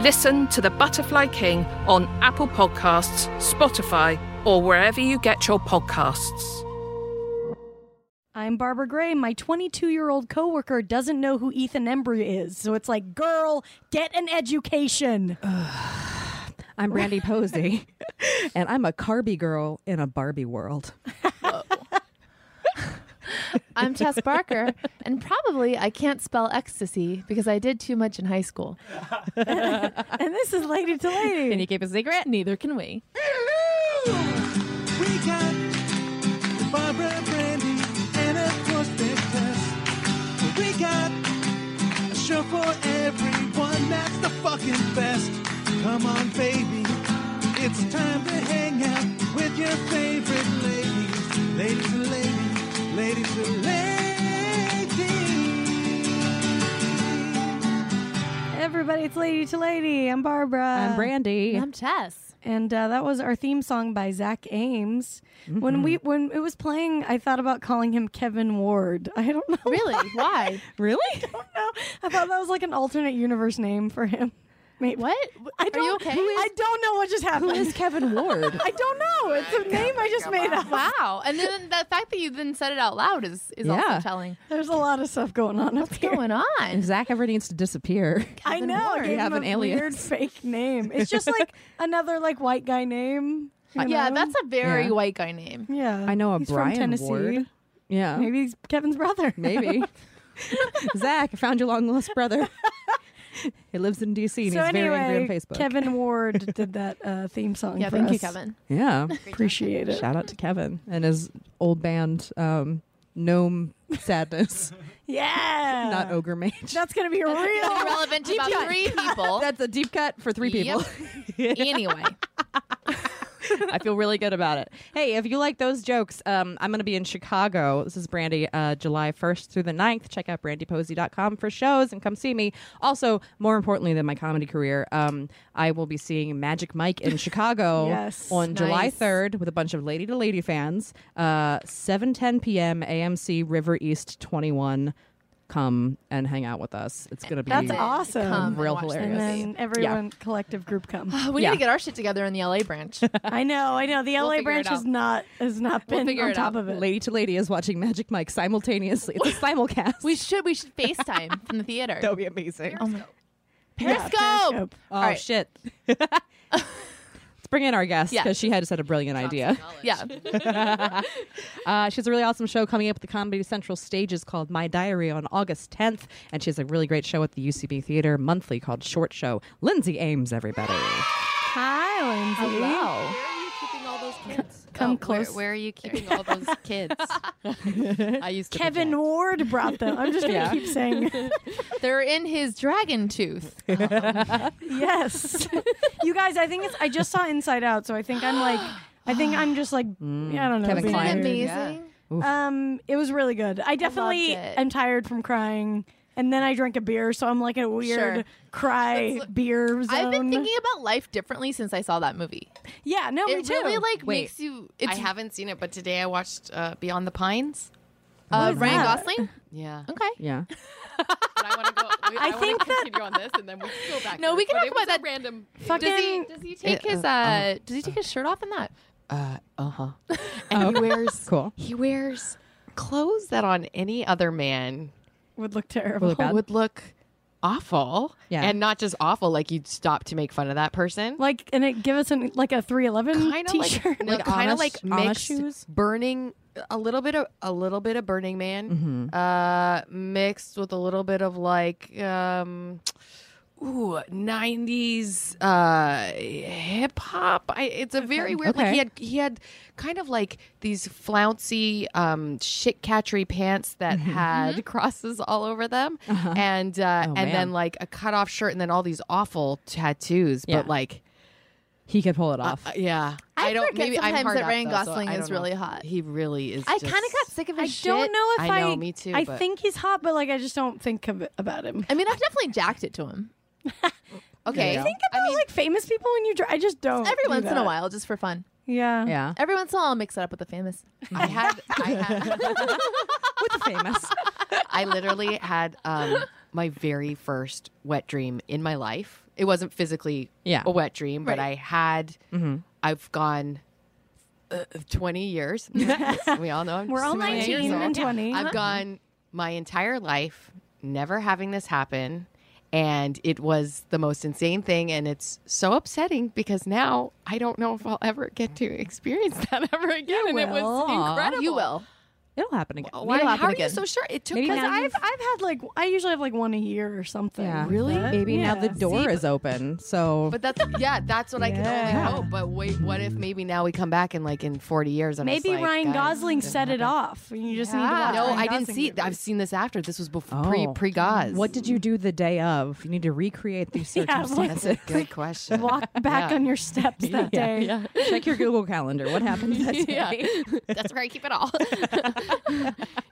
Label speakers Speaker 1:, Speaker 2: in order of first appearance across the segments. Speaker 1: Listen to The Butterfly King on Apple Podcasts, Spotify, or wherever you get your podcasts.
Speaker 2: I'm Barbara Gray. My 22 year old coworker doesn't know who Ethan Embry is. So it's like, girl, get an education.
Speaker 3: I'm Brandy Posey, and I'm a Carby girl in a Barbie world.
Speaker 4: I'm Tess Barker, and probably I can't spell ecstasy because I did too much in high school.
Speaker 2: and this is Lady to
Speaker 4: Can
Speaker 2: Lady.
Speaker 4: you keep a secret? Neither can we.
Speaker 5: We got Barbara Brandy and of course Big Tess. We got a show for everyone that's the fucking best. Come on, baby. It's time to hang out with your favorite ladies. Ladies and ladies, ladies and ladies.
Speaker 2: Everybody, it's Lady to Lady. I'm Barbara.
Speaker 3: I'm Brandy.
Speaker 4: I'm Tess.
Speaker 2: and uh, that was our theme song by Zach Ames.
Speaker 4: Mm-hmm.
Speaker 2: When we when it was playing, I thought about calling him Kevin Ward. I don't know.
Speaker 4: Really? Why?
Speaker 3: really?
Speaker 2: I don't know. I thought that was like an alternate universe name for him. Maybe.
Speaker 4: What?
Speaker 2: I
Speaker 4: Are
Speaker 2: don't,
Speaker 4: you okay?
Speaker 2: I don't know what just happened.
Speaker 3: Who is Kevin Ward?
Speaker 2: I don't know. It's a name I just made up.
Speaker 4: wow. And then the fact that you then said it out loud is, is
Speaker 3: Yeah.
Speaker 4: also telling.
Speaker 2: There's a lot of stuff going on up here.
Speaker 4: What's going
Speaker 3: If
Speaker 4: on?
Speaker 3: Zach ever needs to disappear,
Speaker 2: I
Speaker 4: Kevin
Speaker 2: know. I
Speaker 4: Ward.
Speaker 2: gave
Speaker 3: You have
Speaker 2: him
Speaker 3: an
Speaker 2: a
Speaker 3: alias.
Speaker 2: weird fake name. It's just like another like white guy name. you
Speaker 4: Yeah,
Speaker 2: know?
Speaker 4: that's a very
Speaker 3: Uh, Yeah.
Speaker 4: white guy name.
Speaker 2: yeah.
Speaker 3: I know a
Speaker 2: He's
Speaker 3: Brian
Speaker 2: from Tennessee.
Speaker 3: Ward. yeah,
Speaker 2: Maybe he's Kevin's brother.
Speaker 3: maybe. Zach, I found your long lost brother. he lives in D.C. and
Speaker 2: so
Speaker 3: he's very angry
Speaker 2: anyway,
Speaker 3: on Facebook.
Speaker 2: Kevin Ward did that uh, theme song.
Speaker 4: Yeah,
Speaker 2: for
Speaker 4: thank you,
Speaker 2: us.
Speaker 4: Kevin.
Speaker 3: Yeah.
Speaker 2: Appreciate it.
Speaker 3: Shout out to Kevin and his old band, um, Gnome Sadness,
Speaker 2: Yeah.
Speaker 3: not Ogre Mage.
Speaker 2: That's gonna be a
Speaker 4: That's
Speaker 2: real.
Speaker 4: relevant to about three people.
Speaker 3: That's a deep cut for three people.
Speaker 4: Yep. anyway,
Speaker 3: I feel really good about it. Hey, if you like those jokes, um, I'm going to be in Chicago. This is Brandy, uh, July 1st through the 9th. Check out brandyposey.com for shows and come see me. Also, more importantly than my comedy career, um, I will be seeing Magic Mike in Chicago
Speaker 2: Yes.
Speaker 3: on July
Speaker 4: Nice.
Speaker 3: 3rd with a bunch of Lady to Lady fans. Uh, 7.10 p.m. AMC River East 21. Come and hang out with us. It's going to be
Speaker 2: That's awesome.
Speaker 4: come
Speaker 3: Real
Speaker 4: and watch
Speaker 2: and
Speaker 3: hilarious.
Speaker 4: this.
Speaker 2: then everyone collective group come.
Speaker 4: Oh, we
Speaker 3: Yeah.
Speaker 4: need to get our shit together in the LA branch.
Speaker 2: I know, I know. The LA
Speaker 4: figure it
Speaker 2: branch has
Speaker 4: out.
Speaker 2: not has not
Speaker 4: We'll
Speaker 2: been
Speaker 4: figure
Speaker 2: on
Speaker 4: it
Speaker 2: top
Speaker 4: out.
Speaker 2: of it.
Speaker 3: Lady to Lady is watching Magic Mike simultaneously. It's a simulcast.
Speaker 4: we should we should FaceTime from the theater.
Speaker 3: That would be amazing.
Speaker 4: Oh my-
Speaker 2: Yeah,
Speaker 4: Periscope.
Speaker 2: Periscope.
Speaker 3: Oh
Speaker 4: right.
Speaker 3: shit! Let's bring in our guest
Speaker 4: Yeah.
Speaker 3: because she had just had a brilliant idea.
Speaker 4: Yeah.
Speaker 3: Uh, she has a really awesome show coming up at the Comedy Central stages called My Diary on August 10th, and she has a really great show at the UCB Theater monthly called Short Show. Lindsay Ames, everybody.
Speaker 2: Hi, Lindsay.
Speaker 3: Hello. Oh,
Speaker 6: Where are you keeping all those kids?
Speaker 2: Come
Speaker 6: where-
Speaker 2: close.
Speaker 6: Where, are you keeping all those kids? I used to
Speaker 2: Kevin Ward brought them. I'm just gonna
Speaker 3: Yeah.
Speaker 2: keep saying it.
Speaker 4: They're in his dragon tooth.
Speaker 2: yes. you guys, I think it's. I just saw Inside Out, so I think I'm like. I think I'm just like.
Speaker 6: Mm.
Speaker 2: I don't know.
Speaker 3: Kevin
Speaker 2: being
Speaker 3: Kline.
Speaker 2: weird.
Speaker 4: amazing?
Speaker 2: Um, it was really good. I definitely
Speaker 4: it.
Speaker 2: am tired from crying, and then I drank a beer, so I'm like in a weird
Speaker 4: Sure.
Speaker 2: cry beer zone.
Speaker 4: I've been thinking about life differently since I saw that movie.
Speaker 2: Yeah, no, Oh, me
Speaker 4: It
Speaker 2: too.
Speaker 4: really like
Speaker 3: Wait.
Speaker 4: makes you. It's
Speaker 6: I haven't seen it, but today I watched uh, Beyond the Pines.
Speaker 4: uh, Ryan Gosling.
Speaker 6: Yeah.
Speaker 4: Okay.
Speaker 3: Yeah.
Speaker 6: But I want to go. I, I,
Speaker 2: think
Speaker 6: want to continue on this, and then we can go back.
Speaker 4: No,
Speaker 6: there.
Speaker 4: we can
Speaker 6: But
Speaker 4: talk
Speaker 6: it was
Speaker 4: about
Speaker 6: a
Speaker 4: that.
Speaker 6: Random.
Speaker 4: Does he, does he take
Speaker 2: um,
Speaker 4: his uh, does he take his shirt off in that?
Speaker 6: Uh huh. And he wears.
Speaker 3: Cool.
Speaker 6: He wears clothes that on any other man
Speaker 2: would look terrible.
Speaker 3: Bad.
Speaker 6: would look awful.
Speaker 3: Yeah.
Speaker 6: And not just awful, like you'd stop to make fun of that person.
Speaker 2: Like, and it give us an like a three eleven
Speaker 6: kind of like,
Speaker 2: t-shirt.
Speaker 6: no, kinda
Speaker 3: Amish-
Speaker 6: like
Speaker 3: Amish
Speaker 6: mixed
Speaker 3: shoes?
Speaker 6: burning a little bit of a little bit of Burning Man,
Speaker 3: Mm-hmm.
Speaker 6: uh, mixed with a little bit of like, um, ooh, nineties uh, hip hop. I- It's a very weird. Like
Speaker 3: Okay.
Speaker 6: he had he had kind of like these flouncy um, shit catchery pants that
Speaker 3: Mm-hmm.
Speaker 6: had crosses all over them, and uh, and
Speaker 3: Uh-huh. Oh, man.
Speaker 6: then like a cut off shirt, and then all these awful tattoos.
Speaker 3: Yeah.
Speaker 6: But like.
Speaker 3: He could pull it off.
Speaker 6: Uh, yeah,
Speaker 4: I
Speaker 6: don't.
Speaker 4: forget
Speaker 6: maybe I'm
Speaker 4: sometimes
Speaker 6: hard
Speaker 4: that
Speaker 6: up,
Speaker 4: Ryan
Speaker 6: though, so
Speaker 4: Gosling
Speaker 6: I
Speaker 4: is
Speaker 6: don't know.
Speaker 4: really hot.
Speaker 6: He really is.
Speaker 4: I kind of
Speaker 6: just-
Speaker 4: got sick of
Speaker 2: I
Speaker 4: his shit.
Speaker 2: don't know if I.
Speaker 6: I know, me too,
Speaker 2: I
Speaker 6: but-
Speaker 2: think he's hot, but like I just don't think of, about him.
Speaker 4: I mean, I've definitely jacked it to him
Speaker 6: Okay,
Speaker 2: Think about like famous people when you. Dr- I just don't.
Speaker 4: every
Speaker 2: do
Speaker 4: once in
Speaker 2: that.
Speaker 4: a while, just for fun.
Speaker 2: Yeah.
Speaker 3: yeah.
Speaker 4: Every once in a while, I'll mix it up with the famous.
Speaker 6: I had, I had,
Speaker 3: With the famous.
Speaker 6: I literally had um, my very first wet dream in my life. It wasn't physically
Speaker 3: Yeah.
Speaker 6: a wet dream, but I had.
Speaker 4: Mm-hmm.
Speaker 6: I've gone. Uh, 20 years. we all know I'm
Speaker 2: We're all
Speaker 6: 28 years
Speaker 2: 19 and
Speaker 6: old.
Speaker 2: 20.
Speaker 6: I've gone my entire life never having this happen. And it was the most insane thing. And it's so upsetting because now I don't know if I'll ever get to experience that ever again. and it was incredible.
Speaker 4: You will.
Speaker 3: It'll happen again.
Speaker 6: Why,
Speaker 4: It'll
Speaker 6: how
Speaker 4: happen
Speaker 6: are you
Speaker 4: again.
Speaker 6: so sure? It took
Speaker 3: Maybe
Speaker 6: us-
Speaker 3: now
Speaker 2: I've I've had like I usually have like one a year or something.
Speaker 3: Yeah.
Speaker 6: Really?
Speaker 3: Maybe now the
Speaker 2: Yeah.
Speaker 3: door is open. So
Speaker 6: But that's, yeah, that's what I can
Speaker 2: Yeah.
Speaker 6: only hope. But wait, what if maybe now we come back in like in 40 years and it's
Speaker 2: Maybe
Speaker 6: like,
Speaker 2: Ryan
Speaker 6: guys,
Speaker 2: Gosling set it off. and You just need to watch
Speaker 6: No,
Speaker 2: Ryan
Speaker 6: I didn't
Speaker 2: Gosling
Speaker 6: see it.
Speaker 2: movies.
Speaker 6: I've seen this after. This was before pre
Speaker 3: Oh.
Speaker 6: pre Gos.
Speaker 3: what did you do the day of? You need to recreate these
Speaker 2: Yeah, what-
Speaker 3: circumstances.
Speaker 6: Good question.
Speaker 2: walk back
Speaker 6: Yeah.
Speaker 2: on your steps that day.
Speaker 3: Check your Google Calendar. What happened that day?
Speaker 6: Yeah. That's where I keep it all.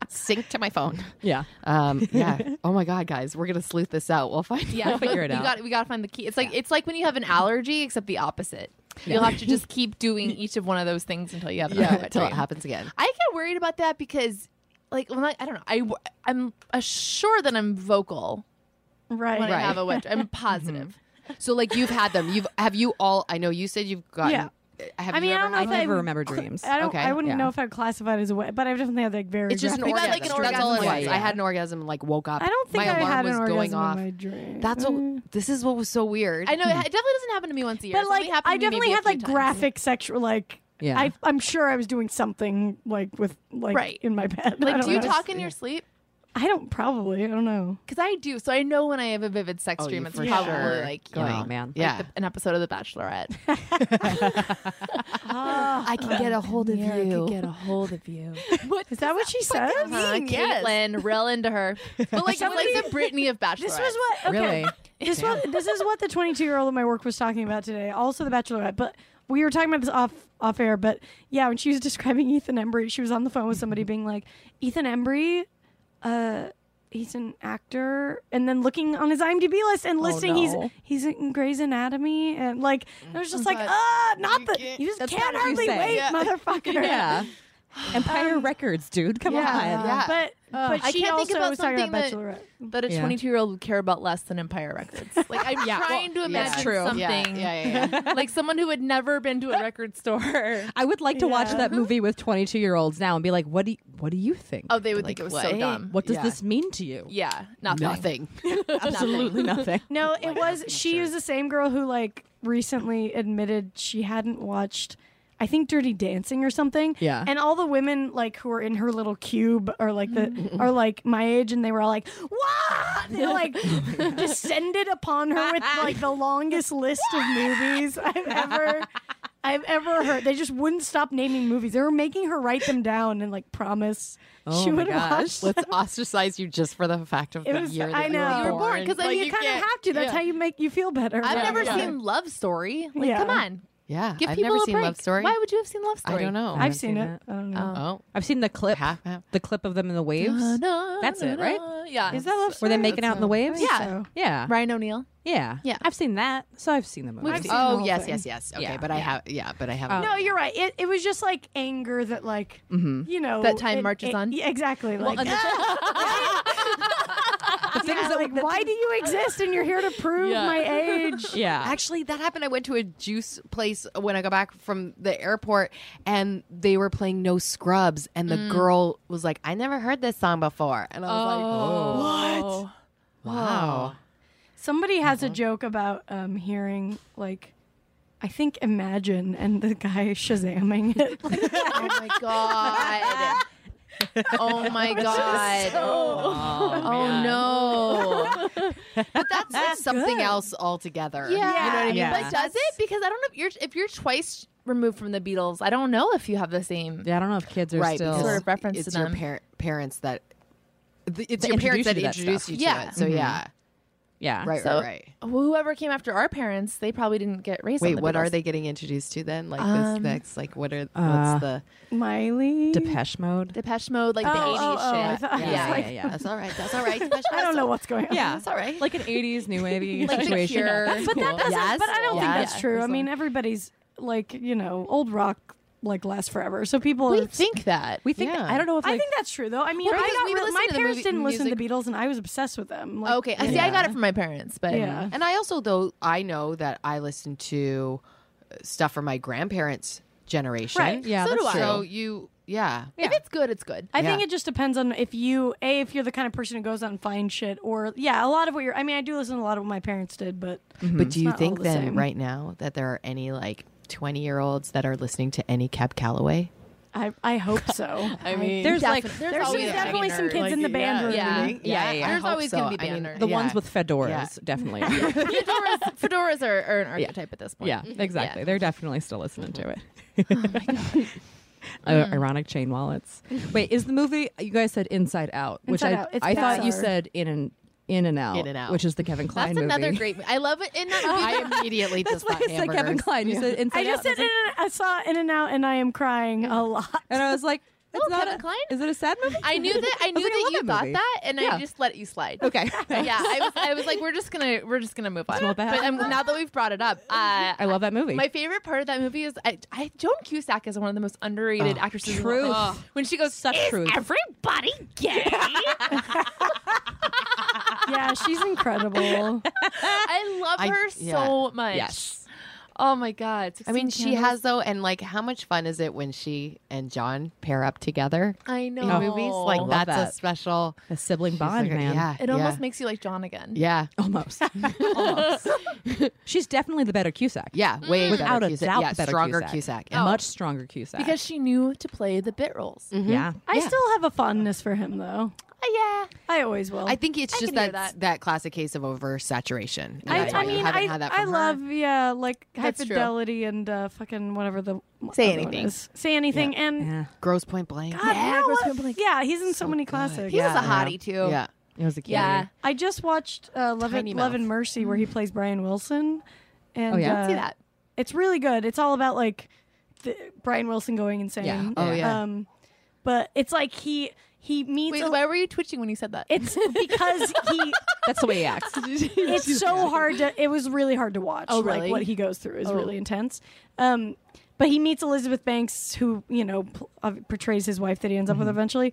Speaker 6: Sync to my phone.
Speaker 3: Yeah.
Speaker 6: Um, yeah. Oh my God, guys, we're gonna sleuth this out. We'll find.
Speaker 4: Yeah,
Speaker 3: figure it
Speaker 4: You
Speaker 3: out.
Speaker 4: got, we got to find the key. It's like it's like when you have an allergy, except the opposite. You'll have to just keep doing each of one of those things until you have another
Speaker 6: Yeah,
Speaker 4: wet
Speaker 6: until it
Speaker 4: dream.
Speaker 6: happens again.
Speaker 4: I get worried about that because, like, when I, I don't know, I I'm uh, sure that I'm vocal
Speaker 2: Right.
Speaker 6: Right.
Speaker 4: when
Speaker 6: Mm-hmm.
Speaker 4: I have a wet. dream. I'm positive.
Speaker 6: So, like, you've had them. You've have you all? I know you said you've gotten. uh, Have
Speaker 2: I mean,
Speaker 6: you
Speaker 2: I
Speaker 6: ever
Speaker 2: don't know
Speaker 6: had
Speaker 2: if
Speaker 3: I never
Speaker 2: would
Speaker 3: remember dreams.
Speaker 2: I don't.
Speaker 6: Okay,
Speaker 2: I wouldn't
Speaker 3: yeah.
Speaker 2: know if I'd classify it as a wet, but I've definitely had like very.
Speaker 6: It's just an
Speaker 2: graphic
Speaker 6: orgasm.
Speaker 4: got, like, an
Speaker 6: That's all it was.
Speaker 4: orgasm.
Speaker 6: I had an orgasm and like woke up.
Speaker 2: I don't think
Speaker 6: my
Speaker 2: I
Speaker 6: alarm
Speaker 2: had
Speaker 6: was
Speaker 2: an
Speaker 6: going
Speaker 2: orgasm
Speaker 6: off.
Speaker 2: in my dream. Mm.
Speaker 6: That's what. This is what was so weird.
Speaker 4: I know it, it definitely doesn't happen to me once a year.
Speaker 2: But
Speaker 4: It's
Speaker 2: like,
Speaker 4: only happened
Speaker 2: I
Speaker 4: to me
Speaker 2: definitely
Speaker 4: maybe a
Speaker 2: had
Speaker 4: few
Speaker 2: like
Speaker 4: times.
Speaker 2: graphic sexual like.
Speaker 3: Yeah.
Speaker 2: I, I'm sure I was doing something like with like
Speaker 4: Right.
Speaker 2: in my bed. I
Speaker 4: Like,
Speaker 2: don't
Speaker 4: do you
Speaker 2: know.
Speaker 4: talk in your sleep?
Speaker 2: I don't probably. I don't know.
Speaker 4: Because I do, so I know when I have a vivid sex
Speaker 6: Oh,
Speaker 4: dream,
Speaker 6: you
Speaker 4: it's
Speaker 6: for
Speaker 4: probably
Speaker 6: sure.
Speaker 4: like you
Speaker 3: Oh,
Speaker 4: know,
Speaker 3: man.
Speaker 6: Yeah.
Speaker 4: like the, an episode of The Bachelorette.
Speaker 6: I can get a hold of you.
Speaker 4: a hold of you.
Speaker 2: Is that what she said?
Speaker 4: Uh,
Speaker 6: yes.
Speaker 4: Caitlyn, real into her, but like
Speaker 2: Somebody-
Speaker 4: like the Britney of Bachelorette.
Speaker 2: This was what okay.
Speaker 3: Really?
Speaker 2: This was this is what the 22 year old at my work was talking about today. Also, the Bachelorette, but we were talking about this off off air. But yeah, when she was describing Ethan Embry, she was on the phone with
Speaker 3: Mm-hmm.
Speaker 2: somebody being like, "Ethan Embry, uh, he's an actor," and then looking on his IMDb list and listing
Speaker 3: Oh, no.
Speaker 2: he's he's in Grey's Anatomy, and like and I was just like,
Speaker 6: God.
Speaker 2: ah, not
Speaker 6: You
Speaker 2: the
Speaker 6: can't-
Speaker 2: you just
Speaker 3: That's
Speaker 2: can't
Speaker 3: not what you
Speaker 2: hardly
Speaker 3: say.
Speaker 2: wait,
Speaker 3: Yeah.
Speaker 2: motherfucker.
Speaker 3: Yeah. Empire Records, dude. Come
Speaker 6: yeah,
Speaker 3: on.
Speaker 6: yeah.
Speaker 2: But but
Speaker 4: Uh, I
Speaker 2: she
Speaker 4: can't
Speaker 2: also
Speaker 4: think about
Speaker 2: was talking about
Speaker 4: something
Speaker 2: Bachelorette.
Speaker 4: that a
Speaker 3: Yeah.
Speaker 4: 22 year old would care about less than Empire Records. Like I'm trying to
Speaker 6: yeah.
Speaker 4: imagine
Speaker 3: True. Yeah,
Speaker 4: something
Speaker 6: yeah, yeah,
Speaker 4: like someone who had never been to a record store.
Speaker 3: I would like to watch
Speaker 2: Yeah.
Speaker 3: that movie with 22 year olds now and be like, what do you, what do you think?
Speaker 4: Oh, they would
Speaker 6: Like
Speaker 4: think it was
Speaker 6: what?
Speaker 4: so dumb.
Speaker 3: what does
Speaker 6: yeah.
Speaker 3: this mean to you?
Speaker 4: Yeah, nothing.
Speaker 6: Nothing.
Speaker 3: Absolutely nothing.
Speaker 2: No, it was she was the same girl who like recently admitted she hadn't watched I think Dirty Dancing or something.
Speaker 3: Yeah.
Speaker 2: And all the women like who were in her little cube are like the are like my age and they were all like, What they like descended upon her with like the longest list of movies I've ever I've ever heard. They just wouldn't stop naming movies. They were making her write them down and like promise
Speaker 3: Oh
Speaker 2: she
Speaker 3: my
Speaker 2: would watch.
Speaker 3: gosh.
Speaker 6: Let's ostracize you just for the fact of
Speaker 2: It
Speaker 6: the
Speaker 2: was-
Speaker 6: year that
Speaker 2: I know.
Speaker 6: you were born.
Speaker 4: because
Speaker 2: Then
Speaker 4: Like,
Speaker 2: you,
Speaker 4: you
Speaker 2: kind of
Speaker 4: can't-
Speaker 2: have to. That's
Speaker 6: yeah.
Speaker 2: how you make you feel better.
Speaker 4: I've
Speaker 2: right?
Speaker 4: never
Speaker 2: Yeah.
Speaker 4: seen Love Story. Like,
Speaker 2: Yeah.
Speaker 4: come on,
Speaker 6: Yeah,
Speaker 4: give
Speaker 6: I've
Speaker 4: people
Speaker 6: never
Speaker 4: a
Speaker 6: seen
Speaker 4: break.
Speaker 6: Love Story.
Speaker 4: Why would you have seen Love
Speaker 6: I
Speaker 4: Story?
Speaker 6: don't know.
Speaker 2: I've seen, it. I don't know.
Speaker 6: oh,
Speaker 3: I've seen the clip,
Speaker 6: Half- half.
Speaker 3: the clip of them in the waves. That's it, right?
Speaker 4: Yeah.
Speaker 2: Is that love
Speaker 3: Were
Speaker 2: story?
Speaker 3: they making out in the waves?
Speaker 2: Yeah.
Speaker 4: so.
Speaker 3: Yeah.
Speaker 4: Ryan O'Neill?
Speaker 3: Yeah.
Speaker 4: Yeah.
Speaker 3: I've seen that. So I've seen the movie.
Speaker 2: I've seen the
Speaker 6: oh
Speaker 2: whole
Speaker 6: yes,
Speaker 2: thing.
Speaker 6: yes, yes. Okay,
Speaker 3: Yeah,
Speaker 6: but I have. Yeah, Oh, but I haven't.
Speaker 2: No, you're right. It, it was just like anger that like you know
Speaker 4: That time
Speaker 2: it-
Speaker 4: marches
Speaker 2: it-
Speaker 4: on?
Speaker 2: Yeah, exactly. Like
Speaker 3: and the-
Speaker 2: yeah, like why do you exist and you're here to prove
Speaker 4: Yeah.
Speaker 2: my age?
Speaker 3: yeah.
Speaker 6: Actually, that happened. I went to a juice place when I got back from the airport, and they were playing No Scrubs, and the girl was like, "I never heard this song before," and I was
Speaker 4: Oh.
Speaker 6: like, "What? Wow!"
Speaker 2: Somebody has a joke about um, hearing like, I think imagine, and the guy shazamming it. Like,
Speaker 4: Oh my god. Oh my god.
Speaker 3: Oh,
Speaker 4: oh no.
Speaker 6: But that's, like something else altogether. You
Speaker 4: Yeah.
Speaker 6: know what I mean?
Speaker 3: Yeah.
Speaker 4: But does it? Because I don't know if you're if you're twice removed from the Beatles, I don't know if you have the same
Speaker 3: Yeah, I don't know if kids are
Speaker 6: right.
Speaker 3: still.
Speaker 6: because
Speaker 4: Sort of reference
Speaker 6: it's
Speaker 4: to
Speaker 6: your
Speaker 4: them.
Speaker 6: par- parents that. The, it's
Speaker 3: That
Speaker 6: your parents
Speaker 3: introduce
Speaker 6: that
Speaker 3: you to that
Speaker 6: introduce
Speaker 3: stuff.
Speaker 6: you to
Speaker 4: Yeah.
Speaker 6: it. So yeah.
Speaker 3: yeah.
Speaker 6: Right,
Speaker 4: So
Speaker 6: right, right.
Speaker 4: whoever came after our parents, they probably didn't get raised. on
Speaker 6: Wait,
Speaker 4: the
Speaker 6: what
Speaker 4: Beatles.
Speaker 6: are they getting introduced to then? Like
Speaker 4: Um,
Speaker 6: this next? Like what are
Speaker 3: uh,
Speaker 6: what's the
Speaker 2: Miley.
Speaker 3: Depeche Mode.
Speaker 4: Depeche Mode, like the
Speaker 2: Oh,
Speaker 4: 80s
Speaker 2: oh, oh, I
Speaker 4: shit.
Speaker 2: thought- I
Speaker 4: yeah.
Speaker 2: was
Speaker 4: yeah.
Speaker 2: like-
Speaker 3: yeah.
Speaker 6: That's all right. That's all right.
Speaker 2: I don't know what's going on.
Speaker 3: Yeah.
Speaker 6: That's all right.
Speaker 3: Like an 80s new wavy
Speaker 4: Like The
Speaker 3: situation.
Speaker 4: Cure.
Speaker 3: But that
Speaker 4: Cool.
Speaker 3: doesn't.
Speaker 6: Yes.
Speaker 2: But I don't
Speaker 6: Yeah.
Speaker 2: think that's
Speaker 4: Yeah.
Speaker 2: true. I
Speaker 4: There's
Speaker 2: mean, everybody's like, you know, old rock like lasts forever. So people
Speaker 4: We
Speaker 2: are-
Speaker 4: think that.
Speaker 3: We think.
Speaker 6: Yeah.
Speaker 3: I don't know if
Speaker 2: I
Speaker 3: like,
Speaker 2: think that's true though. I mean,
Speaker 4: Well,
Speaker 2: I
Speaker 4: because
Speaker 2: got
Speaker 4: we
Speaker 2: rid-
Speaker 4: listen
Speaker 2: my
Speaker 4: to the
Speaker 2: parents
Speaker 4: movie-
Speaker 2: didn't listen to
Speaker 4: music-
Speaker 2: Beatles and I was obsessed with them. Like,
Speaker 4: Okay, I see. I got it from my parents, but
Speaker 2: Yeah.
Speaker 6: And I also, though, I know that I listen to uh, stuff from my grandparents' generation.
Speaker 2: Right.
Speaker 3: Yeah,
Speaker 4: So
Speaker 3: that's
Speaker 4: do I.
Speaker 3: true.
Speaker 6: So you, yeah.
Speaker 4: if it's good, it's good.
Speaker 2: I think
Speaker 6: Yeah.
Speaker 2: it just depends on if you a if you're the kind of person who goes out and finds shit or yeah a lot of what you're I mean I do listen to a lot of what my parents did but
Speaker 4: Mm-hmm.
Speaker 6: But do you
Speaker 2: not all
Speaker 6: think
Speaker 2: the
Speaker 6: then,
Speaker 2: same.
Speaker 6: right now, that there are any like 20 year olds that are listening to any Cab Calloway?
Speaker 2: I I hope so
Speaker 4: I mean,
Speaker 3: there's, like-
Speaker 4: there's,
Speaker 2: there's
Speaker 4: always
Speaker 2: some- definitely some kids in the band room
Speaker 4: Yeah.
Speaker 2: you think?
Speaker 4: Yeah, yeah, yeah. There's
Speaker 6: I hope
Speaker 4: always gonna be
Speaker 6: I mean,
Speaker 4: banners.
Speaker 3: the
Speaker 6: yeah.
Speaker 3: ones with fedoras
Speaker 6: Yeah.
Speaker 3: definitely.
Speaker 4: fedoras, fedoras are, are an archetype at this point.
Speaker 3: yeah, exactly. They're definitely still listening to it. Oh
Speaker 4: Mm.
Speaker 3: my god. ironic chain wallets. Wait, is the movie you guys said Inside Out, which
Speaker 2: Inside
Speaker 3: I
Speaker 2: Out. It's
Speaker 3: I thought you
Speaker 2: Pixar.
Speaker 3: said In and In and Out,
Speaker 6: In and Out.
Speaker 3: which is the Kevin
Speaker 4: That's
Speaker 3: Klein movie.
Speaker 4: another great. I love it in that
Speaker 6: I
Speaker 4: movie.
Speaker 6: immediately
Speaker 3: That's
Speaker 6: just
Speaker 3: why
Speaker 6: thought
Speaker 3: it's like Kevin
Speaker 6: hamburgers.
Speaker 3: Klein. You said Inside
Speaker 2: I just
Speaker 3: Out, and
Speaker 2: said in and I saw In and Out and I am crying a lot
Speaker 3: and I was like, it's
Speaker 4: Oh,
Speaker 3: not
Speaker 4: Kevin
Speaker 3: a-
Speaker 4: Kline?
Speaker 3: Is it a sad movie?
Speaker 4: I knew that. I knew
Speaker 3: was like, I
Speaker 4: that
Speaker 3: love
Speaker 4: you
Speaker 3: that
Speaker 4: thought
Speaker 3: movie.
Speaker 4: that, and
Speaker 3: Yeah.
Speaker 4: I just let you slide.
Speaker 3: Okay.
Speaker 4: yeah, I was, I was like, we're just gonna, we're just gonna move on.
Speaker 3: not bad.
Speaker 4: But um, now that we've brought it up, uh,
Speaker 3: I love that movie.
Speaker 4: My favorite part of that movie is I, I Joan Cusack is one of the most underrated actresses. in the world.
Speaker 3: truth.
Speaker 4: Like, When she goes,
Speaker 3: Such truth.
Speaker 4: everybody gay?
Speaker 2: yeah she's incredible
Speaker 4: I love
Speaker 6: I-
Speaker 4: her
Speaker 6: yeah.
Speaker 4: so much.
Speaker 3: Yes.
Speaker 4: Oh my god.
Speaker 6: I mean,
Speaker 4: 16
Speaker 6: she
Speaker 4: candles.
Speaker 6: has though, and like, how much fun is it when she and John pair up together
Speaker 4: I know.
Speaker 6: in movies? Like,
Speaker 3: Love
Speaker 6: that's a
Speaker 3: that.
Speaker 6: special
Speaker 3: a sibling
Speaker 6: she's
Speaker 3: bond,
Speaker 6: like a-
Speaker 3: man.
Speaker 6: Yeah,
Speaker 4: It
Speaker 6: yeah,
Speaker 4: almost makes you like John again.
Speaker 6: yeah,
Speaker 3: Almost. Almost. She's definitely the better Cusack.
Speaker 6: yeah, way better
Speaker 3: Without a
Speaker 6: Cusack.
Speaker 3: doubt,
Speaker 6: yeah,
Speaker 3: the better
Speaker 6: stronger
Speaker 3: Cusack.
Speaker 6: Cusack. Oh.
Speaker 3: A Much stronger Cusack.
Speaker 4: Because she knew to play the bit roles.
Speaker 6: Mm.
Speaker 3: yeah.
Speaker 2: I still have a fondness for him though
Speaker 4: Uh, yeah.
Speaker 2: I always will
Speaker 6: I think it's just
Speaker 4: can hear
Speaker 6: that, that classic case of oversaturation.
Speaker 2: I,
Speaker 6: That's
Speaker 2: I
Speaker 6: why you
Speaker 2: mean,
Speaker 6: haven't
Speaker 2: I,
Speaker 6: had that
Speaker 2: I
Speaker 6: from her.
Speaker 2: love yeah, like high
Speaker 4: That's true.
Speaker 2: fidelity and uh, fucking whatever the
Speaker 4: Say
Speaker 2: other one
Speaker 4: Anything.
Speaker 2: is. say anything, and
Speaker 3: Yeah.
Speaker 6: Gross Point Blank.
Speaker 2: God, you know
Speaker 4: Gross
Speaker 2: what?
Speaker 4: Point Blank.
Speaker 2: yeah, he's in so, many classics.
Speaker 4: He
Speaker 6: Yeah.
Speaker 4: was a hottie too.
Speaker 6: Yeah.
Speaker 3: It was a kid.
Speaker 4: Yeah.
Speaker 2: I just watched uh, Love,
Speaker 6: Tiny
Speaker 2: and, Love
Speaker 6: mouth.
Speaker 2: and Mercy where he plays Brian Wilson, and
Speaker 3: Oh, yeah?
Speaker 2: uh,
Speaker 4: See that.
Speaker 2: it's really good. It's all about like th- Brian Wilson going insane.
Speaker 3: Yeah.
Speaker 6: Oh, yeah.
Speaker 2: Um, but it's like he he meets.
Speaker 4: Wait,
Speaker 2: a-
Speaker 4: why were you twitching when you said that?
Speaker 2: it's because he.
Speaker 3: That's the way he acts.
Speaker 2: it's so hard to it was really hard to watch
Speaker 4: Oh,
Speaker 2: like
Speaker 4: really?
Speaker 2: what he goes through is really intense um but he meets elizabeth banks who you know p- uh, portrays his wife that he ends up with eventually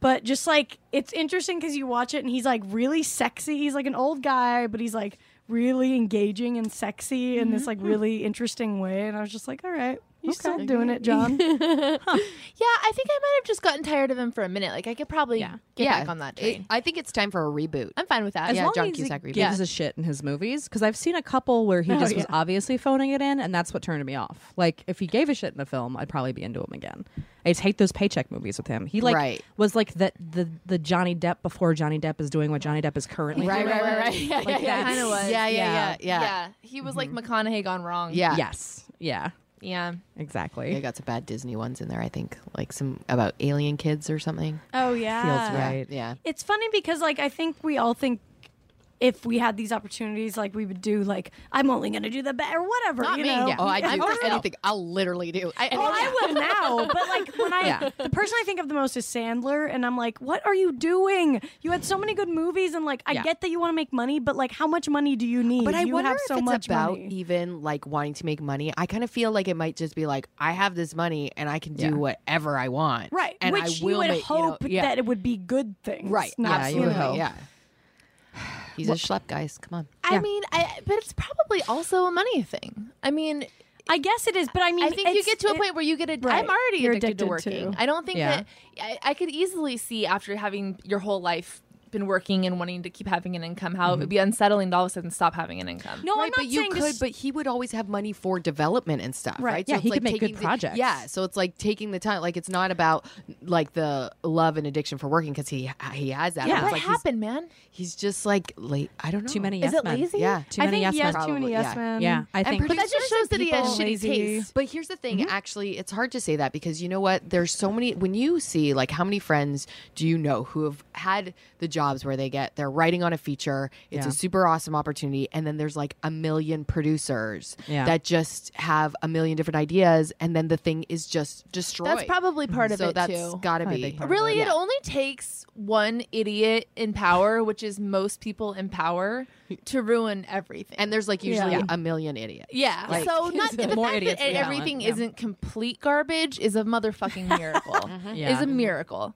Speaker 2: but just like it's interesting because you watch it and he's like really sexy he's like an old guy but he's like really engaging and sexy in this like really interesting way and i was just like all right you still doing it john
Speaker 4: yeah, I think I might have just gotten tired of him for a minute. Like I could probably
Speaker 3: Yeah.
Speaker 4: get
Speaker 6: yeah.
Speaker 4: back on that
Speaker 6: It-
Speaker 4: train.
Speaker 6: I think it's time for a reboot.
Speaker 4: I'm fine with that.
Speaker 6: As
Speaker 4: yeah.
Speaker 6: long John
Speaker 3: as he
Speaker 6: Cusack
Speaker 3: gives
Speaker 6: reboot.
Speaker 3: a shit in his movies, because I've seen a couple where he
Speaker 6: Oh,
Speaker 3: just was obviously phoning it in, and that's what turned me off. Like, if he gave a shit in a film, I'd probably be into him again. I just hate those paycheck movies with him. He like
Speaker 6: Right.
Speaker 3: was like the, the the Johnny Depp before Johnny Depp is doing what Johnny Depp is currently.
Speaker 6: Right,
Speaker 3: doing.
Speaker 6: right, right, right. Yeah,
Speaker 3: Like
Speaker 4: yeah,
Speaker 3: that.
Speaker 4: kinda was.
Speaker 6: Yeah, yeah, yeah,
Speaker 4: Yeah.
Speaker 6: yeah, Mm-hmm.
Speaker 4: He was like McConaughey gone wrong.
Speaker 6: yeah.
Speaker 3: Yes. Yeah.
Speaker 4: Yeah.
Speaker 6: They
Speaker 3: Exactly.
Speaker 6: got some bad Disney ones in there. I think like some about alien kids or something.
Speaker 2: oh yeah
Speaker 3: Feels right.
Speaker 6: Yeah.
Speaker 2: It's funny because like I think we all think if we had these opportunities, like we would do like I'm only gonna do the best or whatever.
Speaker 6: Not
Speaker 2: you
Speaker 6: me.
Speaker 2: know?
Speaker 6: Oh, I do
Speaker 4: for real.
Speaker 6: anything. I'll literally do. I,
Speaker 2: Well, I will now, but like when I,
Speaker 3: Yeah.
Speaker 2: the person I think of the most is Sandler, and I'm like, what are you doing? You had so many good movies, and like, I
Speaker 3: Yeah.
Speaker 2: get that you want to make money, but like, how much money do you need?
Speaker 6: but I
Speaker 2: you
Speaker 6: wonder
Speaker 2: have
Speaker 6: if
Speaker 2: so
Speaker 6: it's
Speaker 2: much
Speaker 6: about e
Speaker 2: money.
Speaker 6: even like wanting to make money. I kind of feel like it might just be like I have this money and I can do
Speaker 3: Yeah.
Speaker 6: whatever I want.
Speaker 2: right?
Speaker 6: And
Speaker 2: Which
Speaker 6: I will
Speaker 2: you would
Speaker 6: make, you know,
Speaker 2: hope
Speaker 6: yeah.
Speaker 2: that it would be good things,
Speaker 6: Right.
Speaker 2: Not,
Speaker 3: you
Speaker 6: absolutely.
Speaker 3: would hope.
Speaker 6: Yeah. He's a schlep, guys. Come on.
Speaker 4: I
Speaker 3: Yeah.
Speaker 4: mean, I but it's probably also a money thing. I mean,
Speaker 2: I guess it is, but I mean,
Speaker 4: I think you
Speaker 2: it's-
Speaker 4: get to a
Speaker 2: it-
Speaker 4: point where you get a.
Speaker 2: Right.
Speaker 4: I'm already
Speaker 2: You're
Speaker 4: addicted, to
Speaker 2: addicted
Speaker 4: working.
Speaker 2: to-
Speaker 4: I don't think
Speaker 3: Yeah.
Speaker 4: that I, I could easily see after having your whole life been working and wanting to keep having an income, how it
Speaker 6: Mm-hmm.
Speaker 4: would be unsettling to all of a sudden stop having an income.
Speaker 2: No,
Speaker 6: right,
Speaker 2: I'm not
Speaker 6: but you
Speaker 2: saying
Speaker 6: could,
Speaker 2: this-
Speaker 6: but he would always have money for development and stuff, right?
Speaker 2: Right.
Speaker 3: Yeah,
Speaker 6: it's
Speaker 3: he could make good
Speaker 6: taking the-
Speaker 3: projects.
Speaker 6: yeah, so it's like taking the time. Like it's not about like the love and addiction for working because he he has that. but
Speaker 3: Yeah.
Speaker 6: it's
Speaker 4: what
Speaker 6: like he's-
Speaker 4: happened, man?
Speaker 6: He's, just like late. I don't know.
Speaker 3: Too many
Speaker 6: Is
Speaker 3: yes
Speaker 6: it-
Speaker 3: men.
Speaker 4: lazy?
Speaker 6: Yeah.
Speaker 3: Too
Speaker 2: I
Speaker 3: many
Speaker 2: think
Speaker 3: yes
Speaker 2: yes,
Speaker 3: men.
Speaker 2: too many
Speaker 6: Probably,
Speaker 2: yes
Speaker 6: yeah.
Speaker 2: men.
Speaker 3: Yeah, I
Speaker 6: And
Speaker 3: think.
Speaker 4: But that just shows that he has
Speaker 2: people-
Speaker 4: shitty
Speaker 2: Lazy.
Speaker 4: taste.
Speaker 6: But here's the thing, actually, it's hard to say that because you know what? There's so many. When you see, like, how many friends do you know who have had the jobs where they get they're writing on a feature, it's
Speaker 3: Yeah.
Speaker 6: a super awesome opportunity, and then there's like a million producers
Speaker 3: Yeah.
Speaker 6: that just have a million different ideas, and then the thing is just destroyed.
Speaker 4: That's probably part of
Speaker 6: Mm-hmm. so
Speaker 4: it
Speaker 6: that's
Speaker 4: too.
Speaker 6: gotta
Speaker 3: Probably a
Speaker 6: be.
Speaker 3: big part of
Speaker 4: really,
Speaker 6: Yeah.
Speaker 4: it only takes one idiot in power, which is most people in power, to ruin everything.
Speaker 6: And there's like usually
Speaker 2: Yeah.
Speaker 6: a million idiots.
Speaker 4: yeah,
Speaker 6: Like-
Speaker 4: so not the
Speaker 3: More
Speaker 4: fact
Speaker 3: idiots
Speaker 4: that
Speaker 3: than talent,
Speaker 4: everything
Speaker 3: yeah.
Speaker 4: isn't complete garbage is a motherfucking miracle.
Speaker 3: Yeah.
Speaker 4: Is a
Speaker 6: Mm-hmm.
Speaker 4: miracle.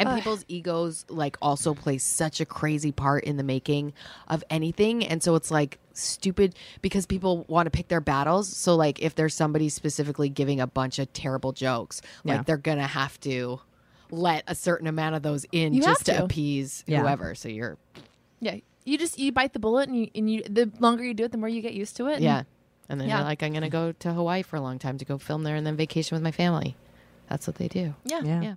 Speaker 6: And people's egos like also play such a crazy part in the making of anything. And so it's like stupid because people want to pick their battles. So like if there's somebody specifically giving a bunch of terrible jokes,
Speaker 3: Yeah.
Speaker 6: like they're gonna have to let a certain amount of those in
Speaker 4: You
Speaker 6: just
Speaker 4: have
Speaker 6: to.
Speaker 4: to.
Speaker 6: appease
Speaker 3: Yeah.
Speaker 6: whoever. So you're
Speaker 4: Yeah, you just you bite the bullet, and you and you the longer you do it, the more you get used to it. and-
Speaker 6: yeah. And then
Speaker 4: Yeah.
Speaker 6: you're like, I'm gonna go to Hawaii for a long time to go film there and then vacation with my family. That's what they do.
Speaker 4: yeah,
Speaker 3: yeah.
Speaker 6: Yeah.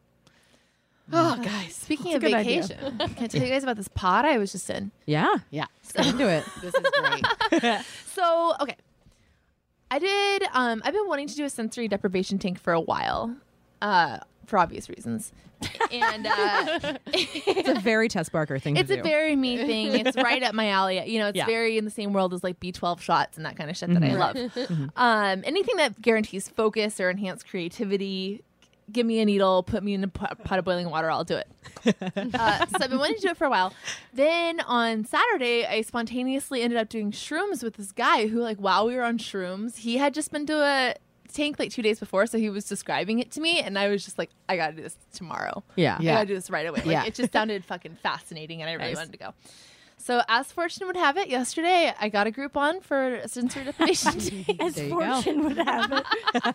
Speaker 4: Oh, guys, speaking of
Speaker 2: good idea.
Speaker 4: vacation, can I tell you guys about this pod I was just in?
Speaker 3: Yeah.
Speaker 6: Yeah.
Speaker 3: Let's get into it.
Speaker 6: This is great.
Speaker 4: So okay, I did. Um, I've been wanting to do a sensory deprivation tank for a while, uh, for obvious reasons, and uh,
Speaker 3: It's a very Tess Barker thing
Speaker 4: it's
Speaker 3: to do.
Speaker 4: a very me thing. It's right up my alley. You know, it's
Speaker 3: Yeah. Mm-hmm.
Speaker 4: very in the same world as like B twelve shots and that kind of shit that I love. Um, anything that guarantees focus or enhanced creativity. Give me a needle, put me in a pot pot of boiling water, I'll do it. Uh, so I've been wanting to do it for a while. Then on Saturday, I spontaneously ended up doing shrooms with this guy who, like, while we were on shrooms, he had just been to a tank like two days before, so he was describing it to me, and I was just like, I gotta do this tomorrow.
Speaker 3: Yeah.
Speaker 4: I
Speaker 6: Yeah.
Speaker 4: gotta do this right away. Like,
Speaker 6: Yeah.
Speaker 4: it just sounded fucking fascinating, and I really
Speaker 3: Nice.
Speaker 4: wanted to go. So as fortune would have it, yesterday I got a group on for a sensory deprivation tank.
Speaker 2: As
Speaker 3: There you go.
Speaker 2: fortune would have it.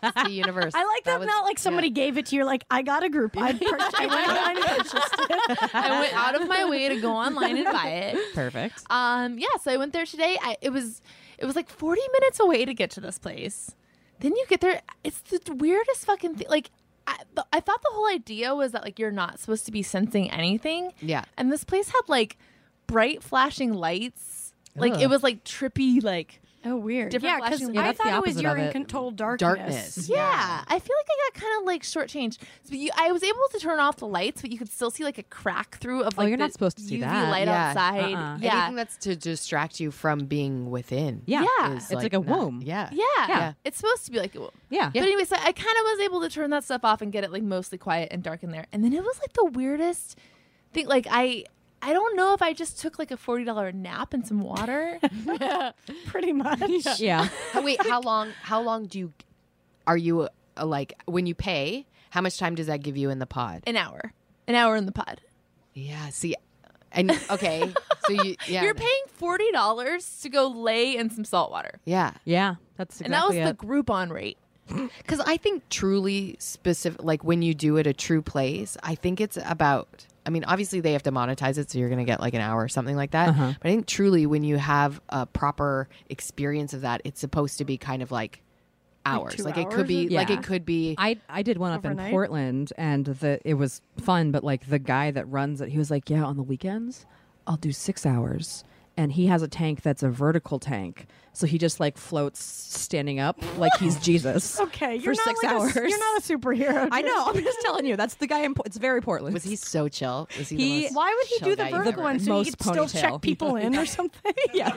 Speaker 6: It's the universe.
Speaker 2: I like that,
Speaker 6: was-
Speaker 2: not like somebody gave it to you. Like I got a group. I purchased. I went online and purchased it.
Speaker 4: I went out of my way to go online and buy it.
Speaker 3: Perfect.
Speaker 4: Um, yeah, so I went there today. I, it was it was like 40 minutes away to get to this place. Then you get there. It's the weirdest fucking thing. Like, I, th- I thought the whole idea was that like you're not supposed to be sensing anything.
Speaker 6: Yeah.
Speaker 4: And this place had like bright flashing lights. Like it
Speaker 3: Ugh.
Speaker 4: was like trippy. Like
Speaker 2: Oh, weird.
Speaker 4: Different
Speaker 2: yeah,
Speaker 4: flashing
Speaker 2: because
Speaker 4: lights.
Speaker 2: I
Speaker 3: That's the
Speaker 2: thought it was
Speaker 3: opposite
Speaker 2: you're
Speaker 3: of
Speaker 2: in
Speaker 3: it.
Speaker 2: control darkness.
Speaker 6: darkness.
Speaker 4: yeah, I feel like I got kind of like shortchanged. So you, I was able to turn off the lights, but you could still see like a crack through of
Speaker 3: Oh,
Speaker 4: like
Speaker 3: you're
Speaker 4: the
Speaker 3: not supposed to see
Speaker 4: UV
Speaker 3: that.
Speaker 4: light
Speaker 6: Yeah.
Speaker 4: outside.
Speaker 3: Uh-uh.
Speaker 4: Yeah.
Speaker 6: Anything that's to distract you from being within.
Speaker 3: Yeah.
Speaker 4: yeah.
Speaker 6: is,
Speaker 3: It's like a
Speaker 6: not-
Speaker 3: womb.
Speaker 6: Yeah.
Speaker 4: Yeah.
Speaker 6: Yeah.
Speaker 4: It's supposed to be like a womb.
Speaker 3: Yeah.
Speaker 4: But anyway, so I kind of was able to turn that stuff off and get it like mostly quiet and dark in there. And then it was like the weirdest thing. Like I I don't know if I just took like a forty dollar nap and some water.
Speaker 2: Pretty much.
Speaker 3: Yeah.
Speaker 6: How- Wait, how long how long do you are you uh, like when you pay, how much time does that give you in the pod?
Speaker 4: an hour. An hour in the pod.
Speaker 6: yeah, see and okay. so you yeah.
Speaker 4: You're paying forty dollars to go lay in some salt water.
Speaker 6: Yeah.
Speaker 3: Yeah. That's
Speaker 4: And that was
Speaker 3: exactly
Speaker 4: the
Speaker 3: it.
Speaker 4: Groupon rate.
Speaker 6: Cuz I think truly specific like when you do it a true place, I think it's about I mean, obviously they have to monetize it, so you're going to get like an hour or something like that.
Speaker 3: Uh-huh.
Speaker 6: But I think truly, when you have a proper experience of that, it's supposed to be kind of like hours.
Speaker 2: two
Speaker 6: Like, it
Speaker 2: hours or-
Speaker 6: could be, like
Speaker 3: Yeah.
Speaker 6: it could be.
Speaker 3: I I did one up in
Speaker 2: Overnight?
Speaker 3: Portland, and the it was fun. But like the guy that runs it, he was like, "Yeah, on the weekends, I'll do six hours." And he has a tank that's a vertical tank, so he just like floats standing up like he's Jesus.
Speaker 2: Okay. You're
Speaker 3: for
Speaker 2: not
Speaker 3: six
Speaker 2: like a
Speaker 3: hours.
Speaker 2: s- you're not a superhero.
Speaker 3: I know. I'm just telling you. That's the guy in. Po- it's very Portland.
Speaker 6: Was he so chill? Was he?
Speaker 3: He-
Speaker 6: the most
Speaker 2: Why would he
Speaker 6: chill
Speaker 2: do the
Speaker 6: guy you've
Speaker 2: vertical
Speaker 6: ever-
Speaker 2: one so he
Speaker 3: most
Speaker 2: could still
Speaker 3: ponytail.
Speaker 2: check people in or something?
Speaker 3: Yeah.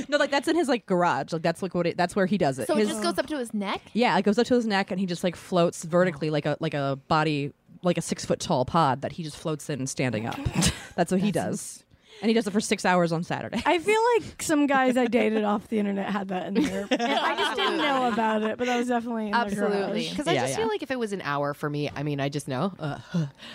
Speaker 3: no, like that's in his like garage. Like that's like what it, that's where he does it.
Speaker 4: So
Speaker 3: His-
Speaker 4: it just goes up to his neck.
Speaker 3: yeah, it goes up to his neck, and he just like floats vertically, like a like a body, like a six foot tall pod that he just floats in standing up. that's what he does, and he does it for six hours on Saturday.
Speaker 2: I feel like some guys I dated off the internet had that in there. And I just didn't know about it, but that was definitely in their
Speaker 4: Absolutely.
Speaker 2: garage.
Speaker 6: Because I
Speaker 3: Yeah,
Speaker 6: just
Speaker 3: yeah.
Speaker 6: feel like if it was an hour for me, I mean, I just know, uh,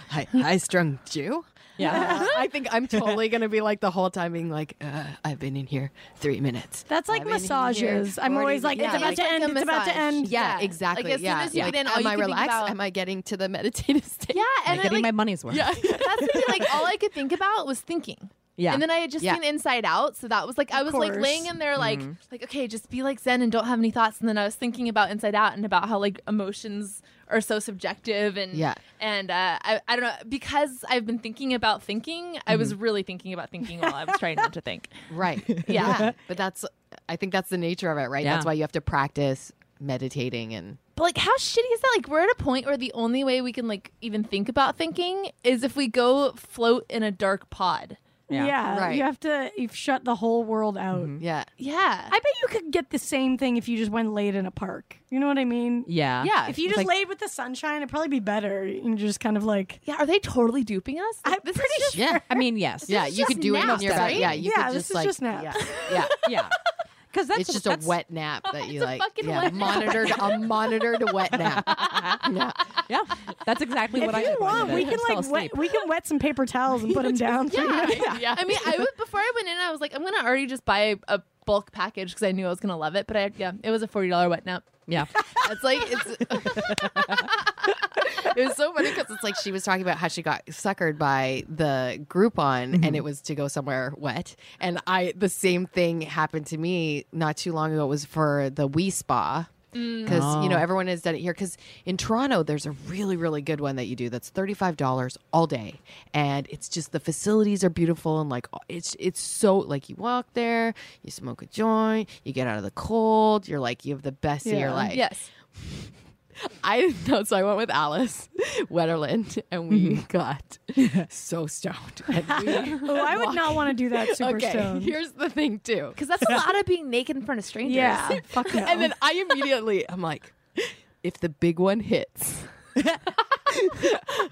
Speaker 6: high, high strung Jew.
Speaker 3: Yeah.
Speaker 6: I think I'm totally gonna be like the whole time being like, uh, I've been in here three minutes.
Speaker 2: That's like
Speaker 6: I've been in here
Speaker 2: massages. I'm
Speaker 6: 40
Speaker 2: always like, it's
Speaker 6: yeah,
Speaker 2: about to
Speaker 4: like
Speaker 2: end.
Speaker 4: a
Speaker 2: It's about to
Speaker 4: massage.
Speaker 2: end.
Speaker 6: Yeah,
Speaker 4: Yeah.
Speaker 6: exactly.
Speaker 4: Like, as soon
Speaker 6: yeah.
Speaker 4: as you get in, all
Speaker 6: am
Speaker 4: you
Speaker 6: I
Speaker 4: can think
Speaker 6: relaxed?
Speaker 4: about-
Speaker 6: Am I getting to the meditative state?
Speaker 4: Yeah, and I
Speaker 3: Getting
Speaker 4: like,
Speaker 3: my money's worth.
Speaker 6: Yeah.
Speaker 4: that's the thing, like all I could think about was thinking.
Speaker 3: Yeah.
Speaker 4: And then I had just
Speaker 6: Yeah.
Speaker 4: seen Inside Out, so that was like I was like
Speaker 2: course.
Speaker 4: laying in there like like okay, just be like zen and don't have any thoughts and then I was thinking about Inside Out and about how like emotions are so subjective and
Speaker 6: Yeah.
Speaker 4: and uh, I I don't know because I've been thinking about thinking, I was really thinking about thinking while I was trying not to think.
Speaker 6: Right.
Speaker 4: Yeah.
Speaker 6: But that's I think that's the nature of it, right?
Speaker 3: Yeah.
Speaker 6: That's why you have to practice meditating and
Speaker 4: But like, how shitty is that? Like, we're at a point where the only way we can like even think about thinking is if we go float in a dark pod.
Speaker 2: Yeah.
Speaker 6: Right. Mm-hmm.
Speaker 2: You have to you've shut the whole world out.
Speaker 6: yeah.
Speaker 4: Yeah,
Speaker 2: I bet you could get the same thing if you just went laid in a park. You know what I mean?
Speaker 3: Yeah.
Speaker 4: yeah.
Speaker 2: If you just laid with the sunshine, it'd probably be better. You can just kind of like
Speaker 4: yeah, are they totally duping us? Like,
Speaker 2: I'm pretty
Speaker 4: is just-
Speaker 2: sure.
Speaker 3: I mean, yes.
Speaker 6: yeah,
Speaker 4: is
Speaker 6: you
Speaker 4: just
Speaker 6: could do it
Speaker 4: naps,
Speaker 6: in your bed.
Speaker 4: right?
Speaker 6: Yeah, you
Speaker 2: Yeah,
Speaker 6: could
Speaker 2: this
Speaker 6: just
Speaker 2: is
Speaker 6: like
Speaker 2: just nap.
Speaker 6: Yeah. yeah.
Speaker 3: Yeah. Because that's
Speaker 6: It's just
Speaker 3: that's-
Speaker 6: a wet nap that you
Speaker 4: It's a
Speaker 6: like
Speaker 4: fucking
Speaker 6: yeah,
Speaker 4: wet nap.
Speaker 6: monitored a monitored wet nap. yeah.
Speaker 3: Yeah, that's exactly what
Speaker 2: if
Speaker 3: I
Speaker 2: you
Speaker 3: did when I
Speaker 2: want,
Speaker 3: did
Speaker 2: we
Speaker 3: it.
Speaker 2: can
Speaker 3: Fell
Speaker 2: like wet,
Speaker 3: asleep.
Speaker 2: we can wet some paper towels and put them down. for you.
Speaker 4: yeah. I mean, I was before I went in, I was like, I'm gonna already just buy a, a bulk package because I knew I was gonna love it. But I, yeah, it was a forty dollar wet nap.
Speaker 3: Yeah,
Speaker 4: It's like it's
Speaker 6: It was so funny because it's like she was talking about how she got suckered by the Groupon
Speaker 2: Mm-hmm.
Speaker 6: and it was to go somewhere wet. And I, the same thing happened to me not too long ago. It was for the Wee Spa.
Speaker 2: Mm.
Speaker 6: Because you know
Speaker 2: Oh.
Speaker 6: everyone has done it here. Because in Toronto, there's a really, really good one that you do. That's thirty five dollars all day, and it's just the facilities are beautiful and like it's it's so like you walk there, you smoke a joint, you get out of the cold. You're like you have the best of your
Speaker 2: Yeah.
Speaker 6: life.
Speaker 4: yes.
Speaker 6: I didn't know, so I went with Alice Wetterland, and we got so stoned. And we-
Speaker 2: Oh, I would not want to do that super
Speaker 6: okay,
Speaker 2: stoned.
Speaker 6: here's the thing too,
Speaker 4: Because that's a lot of being naked in front of strangers.
Speaker 2: yeah, fuck no.
Speaker 6: and then I immediately, I'm like, if the big one hits.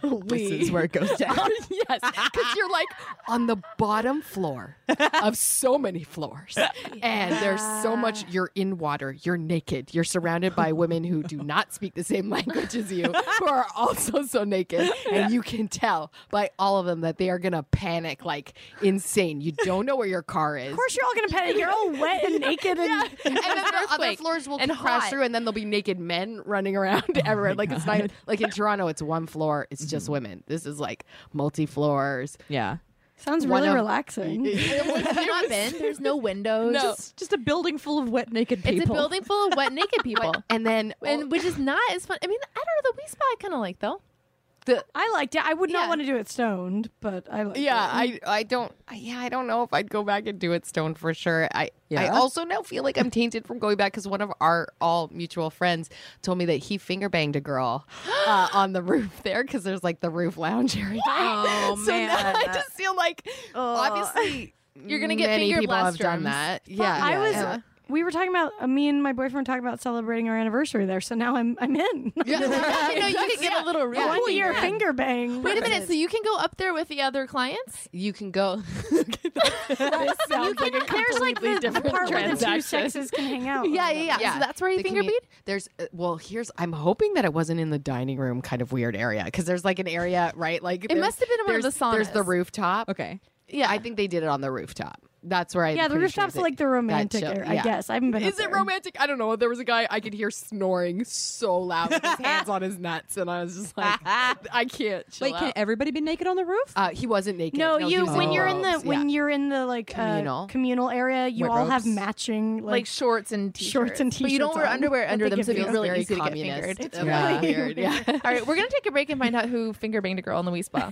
Speaker 6: we,
Speaker 3: this is where it goes down.
Speaker 6: Oh, yes, because you're like on the bottom floor of so many floors, and there's so much. You're in water. You're naked. You're surrounded by women who do not speak the same language as you, who are also so naked, and you can tell by all of them that they are gonna panic like insane. You don't know where your car is.
Speaker 2: of course, you're all gonna panic. You're all wet and naked, and
Speaker 6: And then the other
Speaker 4: Earthquake
Speaker 6: floors will
Speaker 4: and
Speaker 6: crash
Speaker 4: hot. Oh
Speaker 6: through, and then there'll be naked men running around everywhere. like it's not like in Toronto, it's one floor, it's
Speaker 4: Mm-hmm.
Speaker 6: just women. This is like multi floors.
Speaker 3: Yeah,
Speaker 2: sounds
Speaker 6: One
Speaker 2: really
Speaker 6: of-
Speaker 2: relaxing.
Speaker 4: Have you not been? There's no windows.
Speaker 3: just, just a building full of wet naked people.
Speaker 4: It's a building full of wet naked people.
Speaker 6: And then
Speaker 4: and which is not as fun. I mean, I don't know. The Wii Spa I kind of like though.
Speaker 2: I liked it. I would
Speaker 4: Yeah.
Speaker 2: not want to do it stoned, but I liked
Speaker 6: yeah,
Speaker 2: it. Mm.
Speaker 6: I I don't I- yeah I don't know if I'd go back and do it stone for sure. I I
Speaker 3: Yeah.
Speaker 6: also now feel like I'm tainted from going back because one of our all mutual friends told me that he finger banged a girl uh, on the roof there because there's like the roof lounge area.
Speaker 3: Oh
Speaker 6: so now I just feel like obviously
Speaker 4: You're gonna get
Speaker 6: many
Speaker 4: finger
Speaker 6: people have done
Speaker 4: blasterms.
Speaker 6: that. Yeah,
Speaker 2: I
Speaker 6: yeah,
Speaker 2: was.
Speaker 6: yeah.
Speaker 2: We were talking about uh, me and my boyfriend were talking about celebrating our anniversary there, so now I'm I'm in.
Speaker 6: Uh, Yeah.
Speaker 4: You know, you can get a little real.
Speaker 2: One year finger bang.
Speaker 4: Wait a minute. So you can go up there with the other clients?
Speaker 6: you can go. this sounds like a
Speaker 2: There's like
Speaker 6: completely
Speaker 2: the, the
Speaker 6: different
Speaker 2: part where the two
Speaker 6: transaction.
Speaker 2: sexes can hang out.
Speaker 4: So that's where you
Speaker 6: the
Speaker 4: finger
Speaker 6: commu-
Speaker 4: bead.
Speaker 6: There's uh, well, here's I'm hoping that it wasn't in the dining room kind of weird area because there's like an area right like it
Speaker 4: must have been in one of the
Speaker 6: There's the
Speaker 4: saunas.
Speaker 6: rooftop.
Speaker 3: Okay.
Speaker 6: yeah, I think they did it on the rooftop. That's where I
Speaker 2: Yeah, the rooftop's like the romantic area, I guess. I haven't been.
Speaker 6: Is
Speaker 2: up
Speaker 6: it
Speaker 2: there.
Speaker 6: romantic? I don't know. There was a guy I could hear snoring so loud with his hands on his nuts, and I was just like, I can't. Chill
Speaker 3: Wait, can
Speaker 6: out.
Speaker 3: everybody be naked on the roof?
Speaker 6: Uh, he wasn't naked.
Speaker 2: No,
Speaker 6: he
Speaker 2: you
Speaker 6: was
Speaker 2: when
Speaker 6: in
Speaker 2: you're in the
Speaker 6: robes.
Speaker 2: when
Speaker 6: Yeah.
Speaker 2: you're in the like communal,
Speaker 6: Communal.
Speaker 2: communal area, you
Speaker 3: White
Speaker 2: all have
Speaker 3: robes.
Speaker 2: matching like,
Speaker 4: Like shorts and t-shirts.
Speaker 2: Shorts and
Speaker 4: But you don't
Speaker 2: t-shirts
Speaker 4: wear
Speaker 2: on
Speaker 4: underwear
Speaker 2: that
Speaker 4: under
Speaker 2: they
Speaker 4: them,
Speaker 2: give
Speaker 4: so it'd be
Speaker 2: you.
Speaker 4: really
Speaker 6: Very
Speaker 4: easy to get
Speaker 6: communist.
Speaker 4: fingered.
Speaker 6: It's
Speaker 4: Yeah.
Speaker 6: really weird, yeah.
Speaker 4: All right, we're gonna take a break and find out who finger banged a girl in the Wii Spa.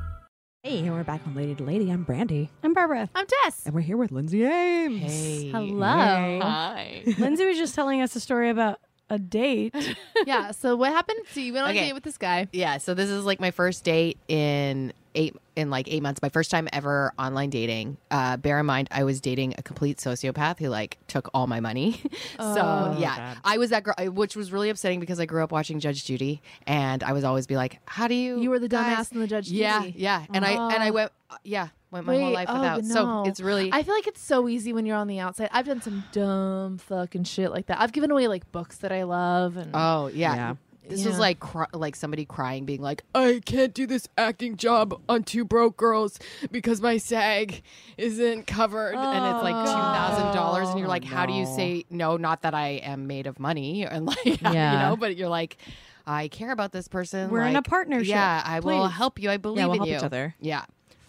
Speaker 3: Hey, and we're back on Lady to Lady. I'm Brandy,
Speaker 2: I'm Barbara.
Speaker 4: I'm Tess.
Speaker 3: and we're here with Lindsay Ames.
Speaker 4: Hello.
Speaker 6: Hi.
Speaker 2: Lindsay was just telling us a story about a date.
Speaker 4: yeah. So what happened? So you went on a
Speaker 6: Okay.
Speaker 4: date with this guy.
Speaker 6: Yeah, so this is like my first date in eight in like eight months. My first time ever online dating. Uh, bear in mind, I was dating a complete sociopath who like took all my money.
Speaker 4: Oh,
Speaker 6: so yeah, I was that girl, I- which was really upsetting because I grew up watching Judge Judy, and I was always be like, "How do you?
Speaker 4: You were the
Speaker 6: guys-
Speaker 4: dumbass and the judge.
Speaker 6: Yeah,
Speaker 4: Judy.
Speaker 6: yeah, and I and I
Speaker 4: Oh.
Speaker 6: went, yeah, went my whole
Speaker 4: Wait,
Speaker 6: life
Speaker 4: oh,
Speaker 6: without.
Speaker 4: no.
Speaker 6: So it's really
Speaker 4: I feel like it's so easy when you're on the outside. I've done some dumb fucking shit like that. I've given away like books that I love and
Speaker 6: Oh yeah.
Speaker 3: Yeah.
Speaker 6: This
Speaker 4: Yeah.
Speaker 6: was like cr- like somebody crying, being like, "I can't do this acting job on Two Broke Girls because my SAG isn't covered," and it's like
Speaker 4: Oh,
Speaker 6: two thousand dollars, and you're like, "How do you
Speaker 3: no.
Speaker 6: say no? Not that I am made of money, and like, you
Speaker 3: Yeah.
Speaker 6: know, but you're like, I care about this person.
Speaker 2: We're in a
Speaker 6: like,
Speaker 2: partnership,
Speaker 6: Yeah, I will
Speaker 2: please."
Speaker 6: help you. I believe
Speaker 3: Yeah, we'll
Speaker 6: in
Speaker 3: help
Speaker 6: you.
Speaker 3: each other.
Speaker 6: Yeah.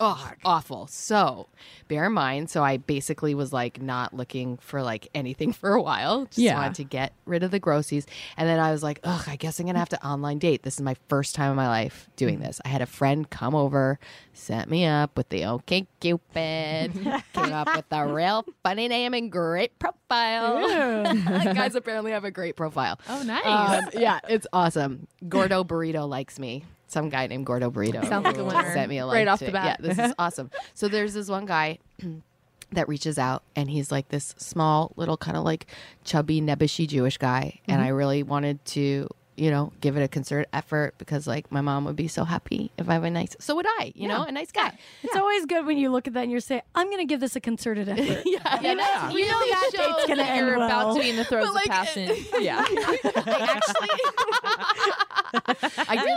Speaker 6: Oh, awful. So, bear in mind. So, I basically was like not looking for like anything for a while. Just
Speaker 3: Yeah.
Speaker 6: wanted to get rid of the groceries. And then I was like, ugh, I guess I'm going to have to online date. This is my first time in my life doing this. I had a friend come over, set me up with the OK Cupid, came up with a real funny name and great profile. Guys apparently have a great profile.
Speaker 4: Oh, nice.
Speaker 6: Um, yeah, it's awesome. Gordo Burrito likes me. Some guy named Gordo Burrito
Speaker 4: Sounds like a winner.
Speaker 6: sent me a link
Speaker 4: Right off
Speaker 6: to
Speaker 4: the
Speaker 6: it.
Speaker 4: bat.
Speaker 6: Yeah, this is awesome. So there's this one guy that reaches out, and he's like this small, little, kind of like chubby, nebbishy Jewish guy, and I
Speaker 4: Mm-hmm.
Speaker 6: really wanted to. You know, give it a concerted effort because, like, my mom would be so happy if I have a nice. So would I, you know, a nice guy.
Speaker 2: It's always good when you look at that and you say, "I'm going to give this a concerted effort."
Speaker 6: Yeah,
Speaker 4: You know,
Speaker 2: You know that
Speaker 4: shows
Speaker 2: date's gonna
Speaker 4: that you're
Speaker 2: end
Speaker 4: about
Speaker 2: well.
Speaker 4: to be in the throes
Speaker 6: like,
Speaker 4: of passion.
Speaker 3: Yeah.
Speaker 6: I did
Speaker 4: really,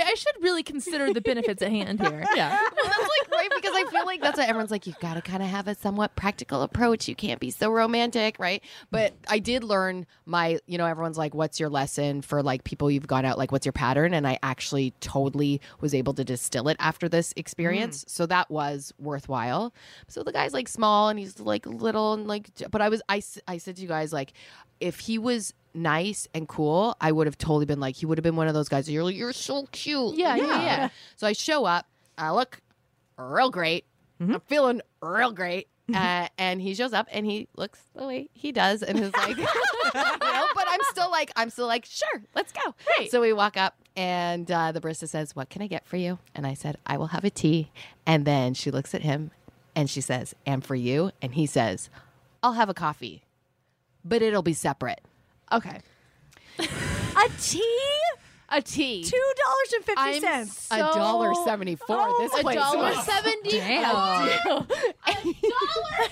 Speaker 4: I, I should really consider the benefits at hand here.
Speaker 3: yeah.
Speaker 6: Well, that's like right because I feel like that's what everyone's like. You've got to kind of have a somewhat practical approach. You can't be so romantic, right? But I did learn my, you know, everyone's like, "What's your lesson for like people you've gone out? Like, what's your pattern?" And I actually totally was able to distill it after this experience,
Speaker 4: Mm.
Speaker 6: so that was worthwhile. So the guy's like small and he's like little and like, but I was, I, s- I said to you guys like, if he was. Nice and cool, I would have totally been like, he would have been one of those guys. You're like, you're so cute.
Speaker 4: Yeah, yeah, yeah.
Speaker 6: So I show up. I look real great.
Speaker 3: Mm-hmm.
Speaker 6: I'm feeling real great. Uh, and he shows up and he looks the way he does and is like, you know, but I'm still like, I'm still like, sure, let's go.
Speaker 4: Right.
Speaker 6: So we walk up and uh, the barista says, What can I get for you? And I said, I will have a tea. And then she looks at him and she says, And for you? And he says, I'll have a coffee, but it'll be separate.
Speaker 4: Okay.
Speaker 2: a tea,
Speaker 4: A tea.
Speaker 2: two dollars and fifty
Speaker 4: I'm
Speaker 2: cents.
Speaker 6: A dollar
Speaker 4: so-
Speaker 6: seventy four.
Speaker 3: Oh
Speaker 6: this
Speaker 4: A
Speaker 6: place
Speaker 4: dollar
Speaker 6: was-
Speaker 4: seventy.
Speaker 3: Damn.
Speaker 4: A dollar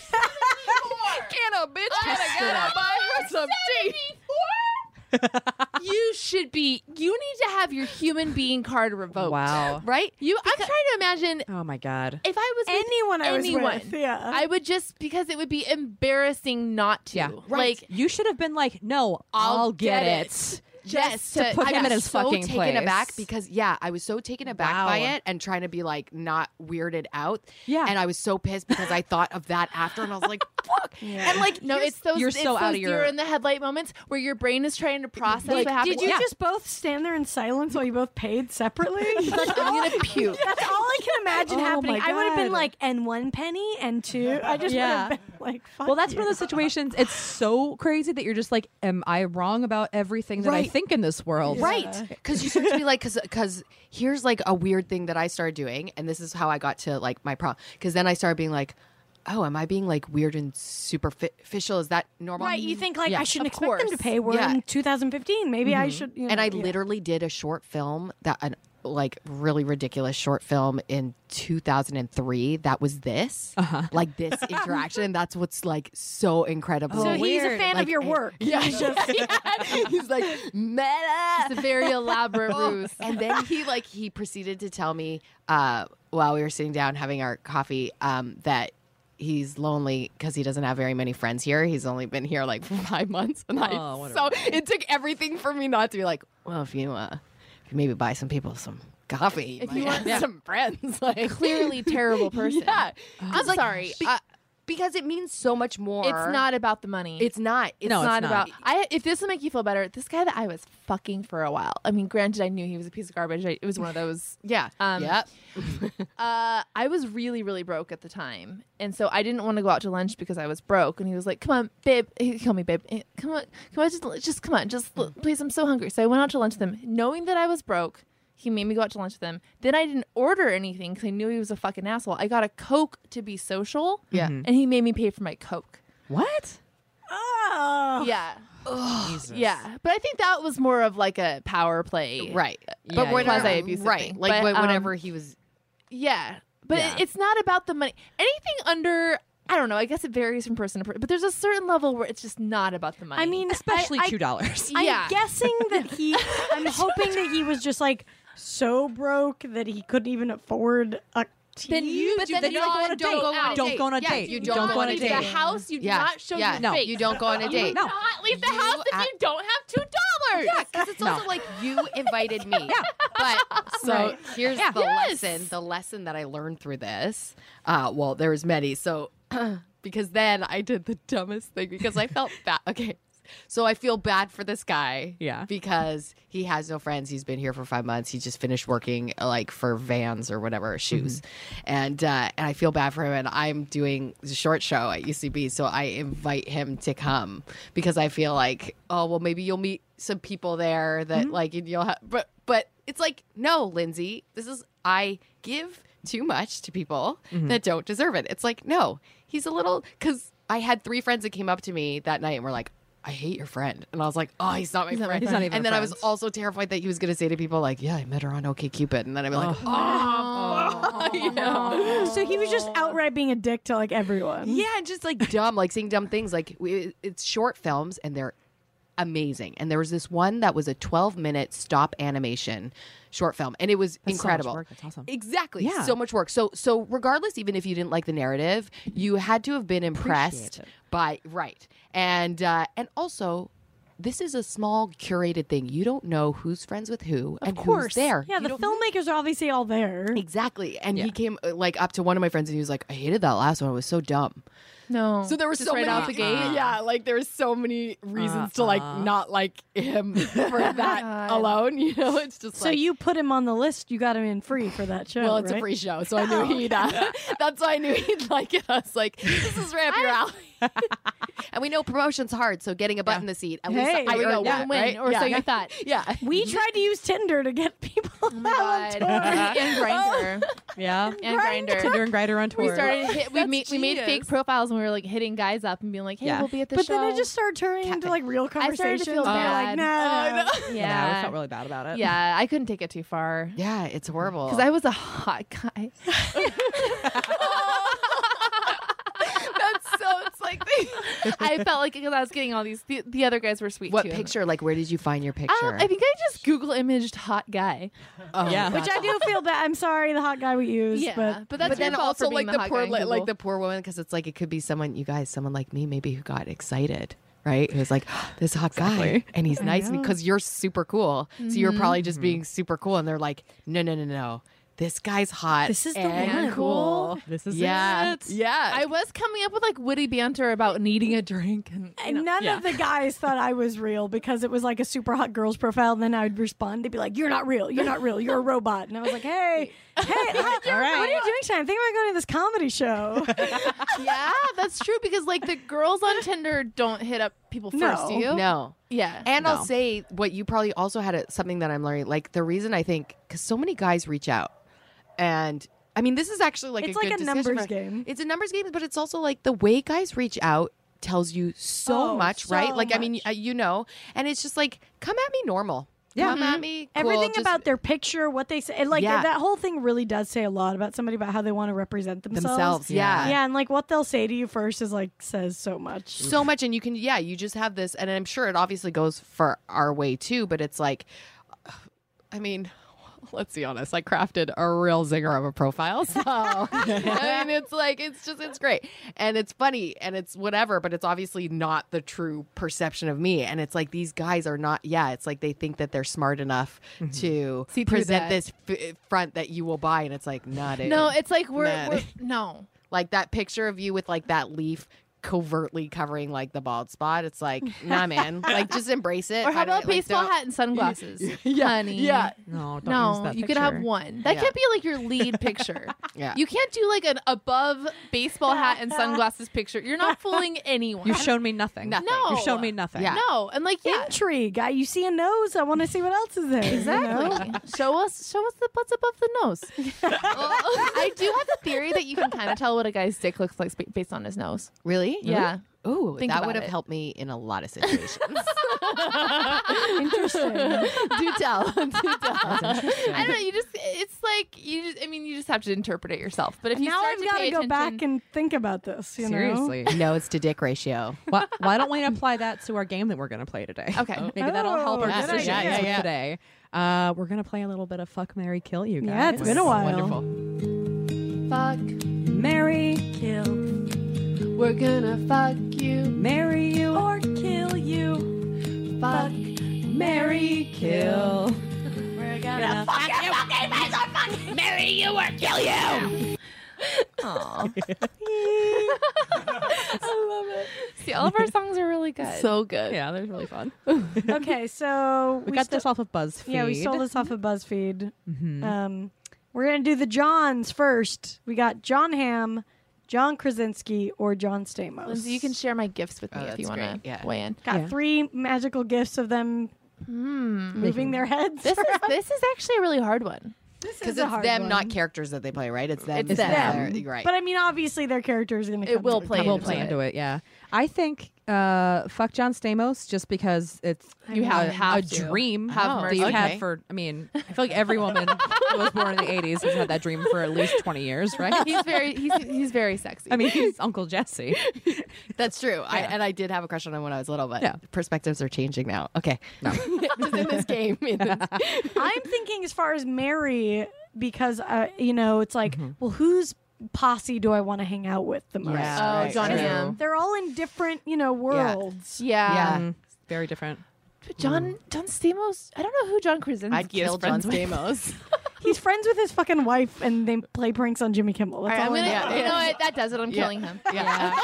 Speaker 6: Can a bitch can a guy buy her some tea?
Speaker 4: you should be. You need to have your human being card revoked.
Speaker 3: Wow.
Speaker 4: Right? You. I'm trying to imagine
Speaker 3: Oh my God.
Speaker 4: if I was with
Speaker 2: anyone I was
Speaker 4: anyone,
Speaker 2: with, yeah.
Speaker 4: I would just because it would be embarrassing not to.
Speaker 3: Yeah.
Speaker 4: Like
Speaker 3: You should have been like, no, I'll,
Speaker 4: I'll
Speaker 3: get,
Speaker 4: get
Speaker 3: it.
Speaker 4: just
Speaker 3: to put
Speaker 4: I
Speaker 3: him in
Speaker 4: got
Speaker 3: his
Speaker 4: so
Speaker 6: so
Speaker 3: fucking
Speaker 6: taken
Speaker 3: place.
Speaker 6: aback because yeah, I was so taken aback
Speaker 3: Wow.
Speaker 6: by it and trying to be like not weirded out.
Speaker 3: Yeah.
Speaker 6: and I was so pissed because I thought of that after, and I was like, fuck. And like,
Speaker 4: No, it's those.
Speaker 3: you're
Speaker 4: it's
Speaker 3: so
Speaker 4: those
Speaker 3: out of your-
Speaker 4: deer in the headlight moments where your brain is trying to process
Speaker 2: Like,
Speaker 4: what happened.
Speaker 2: did you just both stand there in silence while you both paid separately? That's all,
Speaker 4: I'm gonna puke.
Speaker 2: that's all I can imagine
Speaker 3: Oh
Speaker 2: happening.
Speaker 3: my
Speaker 2: I would have been
Speaker 3: God.
Speaker 2: like, and one penny, and two. I just
Speaker 3: Yeah.
Speaker 2: would have been like, Fuck
Speaker 3: Well, that's
Speaker 2: you.
Speaker 3: one of those situations. It's so crazy that you're just like, am I wrong about everything that I
Speaker 6: Right.
Speaker 3: think in this world?
Speaker 6: Right. Because you start to be like, because here's like a weird thing that I started doing. And this is how I got to like my problem. Because then I started being like, oh, am I being like weird and superficial? Is that normal?
Speaker 2: Right, you think like
Speaker 6: Um, Yeah.
Speaker 2: I shouldn't
Speaker 6: Of
Speaker 2: expect them to
Speaker 6: course.
Speaker 2: pay. We're
Speaker 6: Yeah.
Speaker 2: in 2015. Maybe I should. You know,
Speaker 6: and I
Speaker 2: yeah.
Speaker 6: literally did a short film that an like really ridiculous short film in 2003 that was this
Speaker 2: Uh-huh.
Speaker 6: like this interaction and that's what's like so incredible
Speaker 2: So he's a
Speaker 3: weird.
Speaker 2: fan
Speaker 6: Like,
Speaker 2: of your
Speaker 6: it-
Speaker 2: work.
Speaker 6: yeah,
Speaker 2: He's just-
Speaker 6: yeah. he's like meta Oh,
Speaker 4: It's a very elaborate ruse.
Speaker 6: and then he like he proceeded to tell me uh while we were sitting down having our coffee um, that he's lonely because he doesn't have very many friends here. He's only been here like for five months, and
Speaker 3: Oh,
Speaker 6: I
Speaker 3: what a
Speaker 6: so it took everything for me not to be like, well, if you uh, if you maybe buy some people some coffee, if you want some friends, like
Speaker 4: Clearly terrible person.
Speaker 6: yeah,
Speaker 4: I'm sorry.
Speaker 6: be-
Speaker 4: I-
Speaker 7: because it means so much more.
Speaker 4: it's not about the money.
Speaker 7: It's not. It's
Speaker 3: No, it's
Speaker 7: not
Speaker 3: not.
Speaker 7: about.
Speaker 4: I if this will make you feel better, this guy that I was fucking for a while. I mean, granted, I knew he was a piece of garbage. I, it was one of those.
Speaker 6: yeah,
Speaker 4: Um,
Speaker 6: yep.
Speaker 4: Uh, I was really, really broke at the time, and so I didn't want to go out to lunch because I was broke. And he was like, "Come on, babe," he called me babe. Eh, Come on, come on, just, just come on, just l- please. I'm so hungry. So I went out to lunch with him, knowing that I was broke. He made me go out to lunch with him. Then I didn't order anything because I knew he was a fucking asshole. I got a coke to be social.
Speaker 6: Yeah.
Speaker 4: and he made me pay for my coke.
Speaker 3: What?
Speaker 2: Oh,
Speaker 4: Yeah. Yeah, but I think that was more of like a power play,
Speaker 6: right,
Speaker 3: Yeah,
Speaker 6: but whatever,
Speaker 4: quasi-abusive
Speaker 6: right,
Speaker 4: thing.
Speaker 6: like
Speaker 4: But,
Speaker 6: wh-
Speaker 4: um,
Speaker 6: whenever he was,
Speaker 4: Yeah, but it-
Speaker 6: Yeah.
Speaker 4: it's not about the money. Anything under, I don't know. I guess it varies from person to person, but there's a certain level where it's just not about the money.
Speaker 2: I mean, I-
Speaker 3: Especially
Speaker 2: I-
Speaker 3: two dollars.
Speaker 2: I'm
Speaker 4: Yeah.
Speaker 2: guessing that he. I'm hoping that he was just like so broke that he couldn't even afford a. Tea.
Speaker 4: then you, but
Speaker 3: do- then
Speaker 4: then
Speaker 3: you
Speaker 4: you
Speaker 3: don't
Speaker 4: all
Speaker 3: wanna
Speaker 4: don't
Speaker 3: date.
Speaker 4: go out.
Speaker 3: Don't go on a
Speaker 6: Yeah,
Speaker 3: date.
Speaker 6: You
Speaker 3: You
Speaker 6: don't,
Speaker 3: don't
Speaker 6: go on a
Speaker 4: leave
Speaker 6: date.
Speaker 4: the house. You do
Speaker 6: Yeah.
Speaker 4: not show
Speaker 6: Yeah.
Speaker 4: your
Speaker 3: No.
Speaker 4: face.
Speaker 6: You don't go on a date.
Speaker 4: You do not leave the
Speaker 6: You
Speaker 4: house if
Speaker 6: act-
Speaker 4: you don't have two dollars.
Speaker 7: Yeah, because it's also like you invited me.
Speaker 6: but so here's the
Speaker 4: Yes.
Speaker 6: lesson the lesson that i learned through this uh, well there was many so because then i did the dumbest thing because i felt bad okay so i feel bad for this guy
Speaker 3: Yeah.
Speaker 6: because he has no friends he's been here for five months he just finished working uh, like for vans or whatever shoes and uh, and i feel bad for him and i'm doing the short show at ucb so i invite him to come because i feel like oh well maybe you'll meet some people there that like and you'll have but but it's like no lindsay this is i give too much to people that don't deserve it it's like no he's a little because i had three friends that came up to me that night and were like i hate your friend and i was like oh he's not my friend
Speaker 3: He's not even
Speaker 6: and
Speaker 3: a
Speaker 6: then i was
Speaker 3: friend.
Speaker 6: also terrified that he was going to say to people like yeah i met her on okcupid and then i'd be like oh, you know?
Speaker 2: So he was just outright being a dick to like everyone.
Speaker 6: Yeah, and just like dumb, like seeing dumb things. Like we, it's short films, and they're amazing. And there was this one that was a 12 minute stop animation short film, and it was
Speaker 3: That's so much
Speaker 6: incredible.
Speaker 3: work. That's awesome.
Speaker 6: Exactly.
Speaker 3: Yeah.
Speaker 6: So much work. So so regardless, even if you didn't like the narrative, you had to have been impressed by right. And uh, and also. This is a small curated thing. You don't know who's friends with who and who's there.
Speaker 2: Yeah,
Speaker 6: You
Speaker 2: the
Speaker 6: don't-
Speaker 2: filmmakers are obviously all there.
Speaker 6: Exactly. And he came uh, like up to one of my friends and he was like, "I hated that last one. It was so dumb."
Speaker 4: No.
Speaker 6: So there were
Speaker 4: Oh, Just
Speaker 6: so
Speaker 4: right
Speaker 6: many
Speaker 4: out the gate.
Speaker 6: Yeah, Uh-huh. like there were so many reasons to like not like him for that alone. You know, it's just
Speaker 2: So
Speaker 6: like
Speaker 2: you put him on the list. You got him in free for that show.
Speaker 6: well, it's a
Speaker 2: right?
Speaker 6: free show, so I knew he'd. Uh, that's why I knew he'd like it. I was like, this is right up your alley. and we know promotion's hard, so getting a butt in the seat. At
Speaker 2: Hey,
Speaker 6: least I
Speaker 2: there
Speaker 6: earned
Speaker 4: go,
Speaker 6: that,
Speaker 4: win-win,
Speaker 6: right?
Speaker 4: or so you thought.
Speaker 6: Yeah.
Speaker 2: We tried to use Tinder to get people. Oh
Speaker 4: God. and grinder.
Speaker 3: Yeah.
Speaker 4: And grinder.
Speaker 3: Tinder and Grinder on tour.
Speaker 4: We started hit, we, made, we made fake
Speaker 7: genius.
Speaker 4: profiles and we were like hitting guys up and being like, "Hey,
Speaker 3: Yeah.
Speaker 4: we'll be at the
Speaker 2: But
Speaker 4: show."
Speaker 2: then it just started turning into like real
Speaker 4: I started
Speaker 2: conversations.
Speaker 4: to feel
Speaker 2: They're
Speaker 4: bad. Oh,
Speaker 2: like, no, no.
Speaker 3: Yeah. we
Speaker 4: yeah,
Speaker 3: felt really bad about it.
Speaker 4: yeah. I couldn't take it too far
Speaker 6: Yeah, it's horrible.
Speaker 4: because I was a hot guy. Oh. That's so. It's like they, I felt like because I was getting all these. The, the other guys were sweet.
Speaker 6: what
Speaker 4: too.
Speaker 6: picture? Like, where did you find your
Speaker 4: Um,
Speaker 6: picture?
Speaker 4: I think I just Google imaged hot guy.
Speaker 6: Oh,
Speaker 3: Yeah.
Speaker 6: God.
Speaker 2: Which I do feel bad. I'm sorry, the hot guy we used, but
Speaker 4: that's
Speaker 6: but
Speaker 4: your
Speaker 6: then
Speaker 4: fault
Speaker 6: also
Speaker 4: for being
Speaker 6: like the
Speaker 4: hot guy
Speaker 6: poor
Speaker 4: in
Speaker 6: li- like
Speaker 4: Google.
Speaker 6: the poor woman because it's like it could be someone you guys someone like me maybe who got excited right who's like "Ah, this hot guy and he's nice because you're super cool so
Speaker 2: Mm-hmm.
Speaker 6: you're probably just being super cool and they're like no no no no this guy's hot
Speaker 2: This is the
Speaker 6: and
Speaker 2: one.
Speaker 6: cool
Speaker 3: This is
Speaker 6: yeah
Speaker 3: it.
Speaker 6: yeah
Speaker 4: I was coming up with like witty banter about needing a drink and
Speaker 2: and none
Speaker 3: yeah.
Speaker 2: of the guys thought I was real because it was like a super hot girl's profile. And then I would respond to be like, "You're not real. You're not real. You're a robot." And I was like, "Hey, hey, I- what are you doing tonight? I think I'm going to this comedy show."
Speaker 4: yeah, that's true because like the girls on Tinder don't hit up people first,
Speaker 2: No.
Speaker 4: do you?
Speaker 6: no
Speaker 4: Yeah.
Speaker 6: And I'll say what you probably also had a, something that I'm learning. Like the reason I think because so many guys reach out, and I mean this is actually like
Speaker 2: It's
Speaker 6: a
Speaker 2: like
Speaker 6: good
Speaker 2: a
Speaker 6: discussion
Speaker 2: numbers
Speaker 6: for-
Speaker 2: game.
Speaker 6: It's a numbers game, but it's also like the way guys reach out tells you so
Speaker 2: Oh,
Speaker 6: much, right?
Speaker 2: so
Speaker 6: Like I mean,
Speaker 2: much.
Speaker 6: uh, you know, and it's just like come at me normal.
Speaker 3: Yeah.
Speaker 6: Come at me. cool,
Speaker 2: Mm-hmm. Everything
Speaker 6: just
Speaker 2: about their picture, what they say, and, like
Speaker 6: Yeah.
Speaker 2: that whole thing really does say a lot about somebody about how they want to represent themselves.
Speaker 6: themselves. Yeah.
Speaker 2: Yeah, and like what they'll say to you first is like says so much.
Speaker 6: so much and you can yeah you just have this and i'm sure it obviously goes for our way too but it's like i mean let's be honest, I crafted a real zinger of a profile. So I mean, it's like it's just it's great and it's funny and it's whatever, but it's obviously not the true perception of me. And it's like these guys are not. Yeah, it's like they think that they're smart enough to
Speaker 4: Mm-hmm. See through
Speaker 6: present
Speaker 4: that.
Speaker 6: this f- front that you will buy, and it's like not it.
Speaker 4: No, it's like we're,
Speaker 6: Nah.
Speaker 4: we're no.
Speaker 6: like that picture of you with like that leaf covertly covering like the bald spot. It's like nah, man, like just embrace it.
Speaker 4: Or how
Speaker 6: I don't-
Speaker 4: about
Speaker 6: like,
Speaker 4: a baseball
Speaker 6: don't-
Speaker 4: hat and sunglasses?
Speaker 6: Yeah,
Speaker 4: Honey.
Speaker 6: yeah.
Speaker 3: No, don't use
Speaker 4: No,
Speaker 3: that
Speaker 4: you could have
Speaker 3: picture.
Speaker 4: one. That
Speaker 6: Yeah.
Speaker 4: can't be like your lead picture.
Speaker 6: Yeah.
Speaker 4: You can't do like an above baseball hat and sunglasses picture. You're not fooling anyone.
Speaker 3: You've shown me nothing.
Speaker 6: Nothing.
Speaker 3: You've shown me nothing.
Speaker 6: Yeah.
Speaker 4: No, and like yeah.
Speaker 2: Intrigue. I, you see a nose. I want to see what else is there. You know?
Speaker 4: Exactly. show us, show us the butts above the nose. I do have the theory that you can kind of tell what a guy's dick looks like ba- based on his nose.
Speaker 6: Really?
Speaker 4: Yeah.
Speaker 6: Ooh,
Speaker 4: Think
Speaker 6: that
Speaker 4: about
Speaker 6: would have
Speaker 4: it.
Speaker 6: helped me in a lot of situations.
Speaker 2: Interesting.
Speaker 6: do tell. Do tell.
Speaker 4: I don't know. You just, it's like you just. I mean, you just have to interpret it yourself. But if you
Speaker 2: now
Speaker 4: start
Speaker 2: I've
Speaker 4: to
Speaker 2: got
Speaker 4: pay
Speaker 2: to go
Speaker 4: attention-
Speaker 2: back and think about this. You
Speaker 3: Seriously.
Speaker 6: No, it's to dick ratio.
Speaker 3: why, why don't we apply that to our game that we're going to play today?
Speaker 4: Okay.
Speaker 3: Maybe that'll help
Speaker 2: Oh,
Speaker 3: our
Speaker 2: good
Speaker 3: decisions
Speaker 6: idea.
Speaker 3: with
Speaker 6: Yeah, yeah.
Speaker 3: today. Uh, we're going to play a little bit of Fuck, Mary, Kill You guys.
Speaker 2: Yeah, it's been a while.
Speaker 3: Wonderful.
Speaker 4: fuck,
Speaker 2: Mary, kill,
Speaker 4: we're gonna fuck you.
Speaker 2: marry you, or kill you.
Speaker 4: Fuck,
Speaker 2: Mary, kill. We're gonna fuck.
Speaker 4: see, all of our songs are really good.
Speaker 3: So good. Yeah, that was really fun. we,
Speaker 2: Okay, so
Speaker 3: got
Speaker 2: sto-
Speaker 3: this off of BuzzFeed.
Speaker 2: Yeah, we stole this off of BuzzFeed.
Speaker 3: Mhm.
Speaker 2: Um, we're gonna do the Johns first. We got John Ham, John Krasinski, or John Stamos.
Speaker 4: Lindsay, you can share my gifts with me
Speaker 6: Oh,
Speaker 4: if you
Speaker 6: that's
Speaker 4: want to
Speaker 6: great. Yeah.
Speaker 4: weigh in.
Speaker 2: got
Speaker 3: Yeah.
Speaker 2: three magical gifts of them moving their heads.
Speaker 4: Hmm. This is this is actually a really hard one.
Speaker 2: This
Speaker 6: Because
Speaker 2: is a
Speaker 6: it's
Speaker 2: hard
Speaker 6: them,
Speaker 2: one.
Speaker 6: not characters that they play, right? It's them.
Speaker 4: It's them.
Speaker 6: their- right.
Speaker 2: But I mean, obviously, their character is gonna.
Speaker 4: It
Speaker 2: come
Speaker 4: will
Speaker 2: to-
Speaker 4: play
Speaker 2: come
Speaker 3: We'll
Speaker 2: to
Speaker 3: play
Speaker 2: it.
Speaker 3: into it. Yeah, I think uh, fuck John Stamos just because it's
Speaker 4: You
Speaker 3: a,
Speaker 4: have- have
Speaker 3: a
Speaker 4: to.
Speaker 3: dream
Speaker 4: Have
Speaker 3: that you
Speaker 4: mercy.
Speaker 3: had
Speaker 6: Okay.
Speaker 3: for. I mean, I feel like every woman who was born in the '80s has had that dream for at least 20 years, right?
Speaker 4: He's very he's he's very sexy.
Speaker 3: I mean, he's Uncle Jesse.
Speaker 6: That's true. I, and I did have a crush on him when I was little, but
Speaker 3: Yeah.
Speaker 6: perspectives are changing now. Okay. Just in this game. in this-
Speaker 2: I'm thinking as far as Mary because uh, you know it's like, well, whose posse do I want to hang out with the most?
Speaker 6: Mm-hmm. Yeah.
Speaker 4: oh,
Speaker 6: Right,
Speaker 4: John
Speaker 6: true.
Speaker 4: Hamm.
Speaker 2: They're all in different, you know, worlds.
Speaker 4: Yeah.
Speaker 6: Yeah.
Speaker 3: Mm, very different.
Speaker 4: But John John Stamos. I don't know who John Krasinski
Speaker 6: I'd
Speaker 4: is
Speaker 6: kill John
Speaker 4: friends with.
Speaker 6: Stamos.
Speaker 2: He's friends with his fucking wife, and they play pranks on Jimmy Kimmel. That's
Speaker 4: All right, I'm
Speaker 2: all I
Speaker 4: gonna,
Speaker 2: know.
Speaker 4: You know what? That does it. I'm killing him.
Speaker 3: Yeah.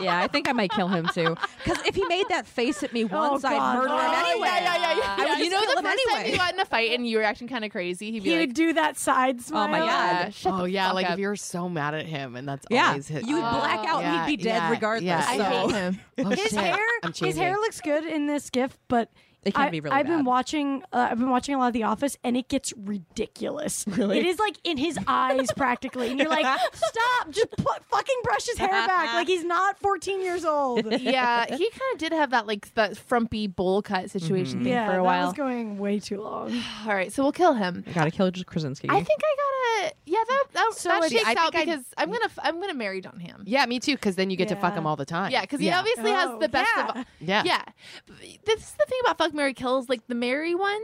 Speaker 3: yeah, I think I might kill him too. Because if he made that face at me once,
Speaker 2: God.
Speaker 3: I'd murder him
Speaker 2: Oh,
Speaker 3: anyway.
Speaker 4: Yeah, yeah, yeah, yeah.
Speaker 3: I would
Speaker 4: you know,
Speaker 3: just
Speaker 4: the
Speaker 3: kill him
Speaker 4: first time
Speaker 3: anyway.
Speaker 4: you got in a fight and you were acting kind of crazy, he'd be
Speaker 2: He
Speaker 4: like,
Speaker 2: would do that side smile.
Speaker 3: Oh my
Speaker 4: "Yeah,
Speaker 3: God.
Speaker 4: shut
Speaker 6: oh,
Speaker 4: the
Speaker 6: yeah.
Speaker 4: fuck
Speaker 6: Like
Speaker 4: up."
Speaker 6: if you're so mad at him and that's
Speaker 3: Yeah,
Speaker 6: always his.
Speaker 3: you would black out. and
Speaker 6: Oh, yeah,
Speaker 3: He'd be dead
Speaker 6: yeah,
Speaker 3: regardless.
Speaker 6: yeah.
Speaker 4: I
Speaker 3: so.
Speaker 4: hate him.
Speaker 6: Oh,
Speaker 2: His
Speaker 6: shit.
Speaker 2: hair,
Speaker 6: I'm
Speaker 2: his hair
Speaker 6: changing.
Speaker 2: looks good in this gift, but
Speaker 3: It can
Speaker 2: I,
Speaker 3: be really
Speaker 2: I've been
Speaker 3: bad.
Speaker 2: watching. Uh, I've been watching a lot of The Office, and it gets ridiculous. Really, it is like in his eyes practically, and you're like, "Stop! Just put, fucking brush his hair back. Like he's not 14 years old."
Speaker 4: yeah, he kind of did have that like that frumpy bowl cut situation
Speaker 3: Mm-hmm.
Speaker 4: thing
Speaker 2: yeah,
Speaker 4: for a
Speaker 2: that
Speaker 4: while.
Speaker 2: was going way too long.
Speaker 4: All right, so we'll kill him.
Speaker 3: I gotta kill Krasinski.
Speaker 4: I think I gotta. Yeah, that that,
Speaker 6: So
Speaker 4: that
Speaker 6: would you-
Speaker 4: shakes
Speaker 6: I
Speaker 4: out
Speaker 6: think I'd-
Speaker 4: because I'm gonna f- I'm gonna marry John Ham.
Speaker 6: Yeah, me too. Because then you get to fuck
Speaker 2: Yeah.
Speaker 6: him all the time.
Speaker 4: Yeah, because he obviously
Speaker 2: Oh,
Speaker 4: has the best
Speaker 2: yeah.
Speaker 4: of.
Speaker 6: Yeah.
Speaker 4: yeah. B- This is the thing about fuck Mary kills. Like the Mary one,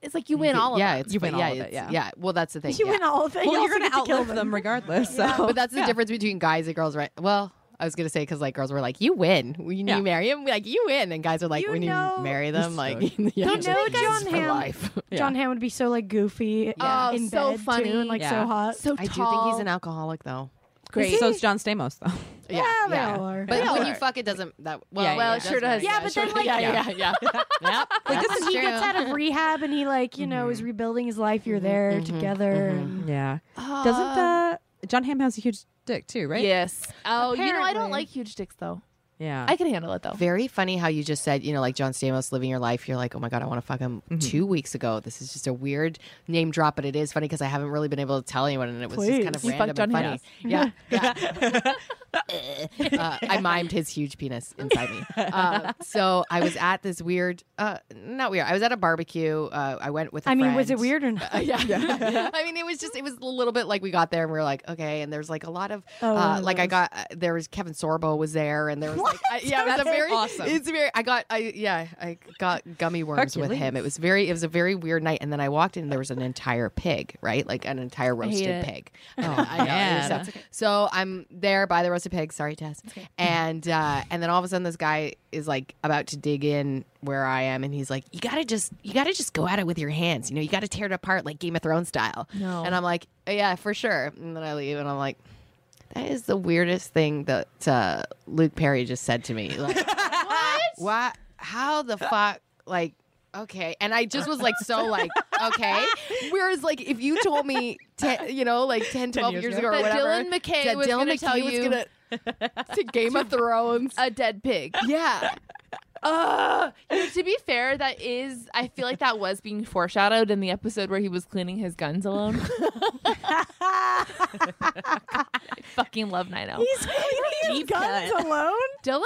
Speaker 4: it's like you win all of
Speaker 6: yeah,
Speaker 4: them.
Speaker 6: It's,
Speaker 3: You win
Speaker 6: yeah,
Speaker 3: all of it,
Speaker 6: it's-
Speaker 3: yeah.
Speaker 6: Yeah. Well, that's the thing.
Speaker 2: You
Speaker 6: yeah.
Speaker 2: win all of it.
Speaker 3: well,
Speaker 2: you
Speaker 3: you're
Speaker 2: also
Speaker 3: gonna
Speaker 2: get to
Speaker 3: outlive
Speaker 2: kill
Speaker 3: them. regardless. So,
Speaker 6: But that's the
Speaker 3: Yeah.
Speaker 6: difference between guys and girls, right? Well, I was gonna say because like girls were like, "You win when you
Speaker 3: Yeah.
Speaker 6: marry him," like you win, and guys are like,
Speaker 2: You
Speaker 6: "When
Speaker 2: know-
Speaker 6: you marry them, like yeah,
Speaker 2: Don't you know
Speaker 6: it's
Speaker 2: John
Speaker 6: for
Speaker 2: Hamm-
Speaker 6: life."
Speaker 2: John Hamm would be so like goofy.
Speaker 4: Yeah.
Speaker 2: uh, in
Speaker 4: Oh, so
Speaker 2: bed, too,
Speaker 4: funny.
Speaker 2: and like so
Speaker 3: Yeah.
Speaker 2: hot.
Speaker 4: So
Speaker 6: I do
Speaker 4: tall.
Speaker 6: think he's an alcoholic though.
Speaker 3: great. So it's John Stamos though.
Speaker 6: Yeah,
Speaker 2: Yeah, they all are.
Speaker 6: But
Speaker 4: They all
Speaker 6: when you
Speaker 4: are.
Speaker 6: fuck, it doesn't. That well,
Speaker 3: Yeah,
Speaker 4: Well,
Speaker 3: yeah,
Speaker 4: it sure does.
Speaker 2: Yeah, but
Speaker 4: sure
Speaker 2: then,
Speaker 4: does.
Speaker 2: like-
Speaker 4: yeah, yeah.
Speaker 6: yeah, yeah. yep.
Speaker 2: Like
Speaker 6: that's
Speaker 2: this is he gets
Speaker 6: true.
Speaker 2: out of rehab and he like you know
Speaker 3: Mm-hmm.
Speaker 2: is rebuilding his life. You're there together. and-
Speaker 3: Yeah. Doesn't uh, John Hamm has a huge dick too, right?
Speaker 4: Yes. Oh, you know I
Speaker 2: Apparently.
Speaker 4: don't like huge dicks though.
Speaker 3: Yeah.
Speaker 4: I can handle it though.
Speaker 6: Very funny how you just said, you know, like John Stamos living your life. You're like, oh my God, I want to fuck him
Speaker 2: Mm-hmm.
Speaker 6: two weeks ago. This is just a weird name drop, but it is funny because I haven't really been able to tell anyone and it was just kind of
Speaker 4: You fucked
Speaker 6: random and funny.
Speaker 4: John Hayes.
Speaker 6: Yeah. yeah. uh, I mimed his huge penis inside me. Uh, so I was at this weird, uh, not weird. I was at a barbecue. Uh, I went with. I
Speaker 2: I mean, was it weird or not?
Speaker 6: yeah. I mean, it was just it was a little bit like we got there and we were like, okay, and there's like a lot of
Speaker 2: Oh, one
Speaker 6: uh,
Speaker 2: of
Speaker 6: like I
Speaker 2: those.
Speaker 6: got uh, there was Kevin Sorbo was there and there was like I, yeah, it was a
Speaker 3: That's
Speaker 6: very
Speaker 3: awesome.
Speaker 6: It's a very I got I yeah I got gummy worms with him.
Speaker 3: Hercules.
Speaker 6: It was very it was a very weird night. And then I walked in and there was an entire pig, right? Like an entire roasted
Speaker 4: it.
Speaker 6: pig. Oh, I know. So, so I'm there by the roasted pig. Sorry, Tess. And uh, and then all of a sudden this guy is like about to dig in where I am, and he's like, "You gotta just you gotta just go at it with your hands. You know, you gotta tear it apart like Game of Thrones style." No. And I'm like, "Yeah, for sure." And then I leave, and I'm like. That is the weirdest thing that uh, Luke Perry just said to me. Like, what? Why? How the fuck? Like, okay. And I just was like, so like, okay. Whereas, like, if you told me, ten, you know, like 10, 12 years,
Speaker 3: years
Speaker 6: ago,
Speaker 3: ago.
Speaker 6: or
Speaker 4: That
Speaker 6: whatever,
Speaker 4: Dylan McKay
Speaker 6: that
Speaker 4: was
Speaker 6: Dylan
Speaker 4: gonna
Speaker 6: McKay
Speaker 4: tell
Speaker 6: was
Speaker 4: you-
Speaker 6: gonna- to Game of Thrones.
Speaker 4: a dead pig.
Speaker 6: yeah.
Speaker 4: Ugh. You know, to be fair, that is, I feel like that was being foreshadowed in the episode where he was cleaning his guns alone. I fucking love Nino.
Speaker 2: He's cleaning his guns alone.
Speaker 4: Dylan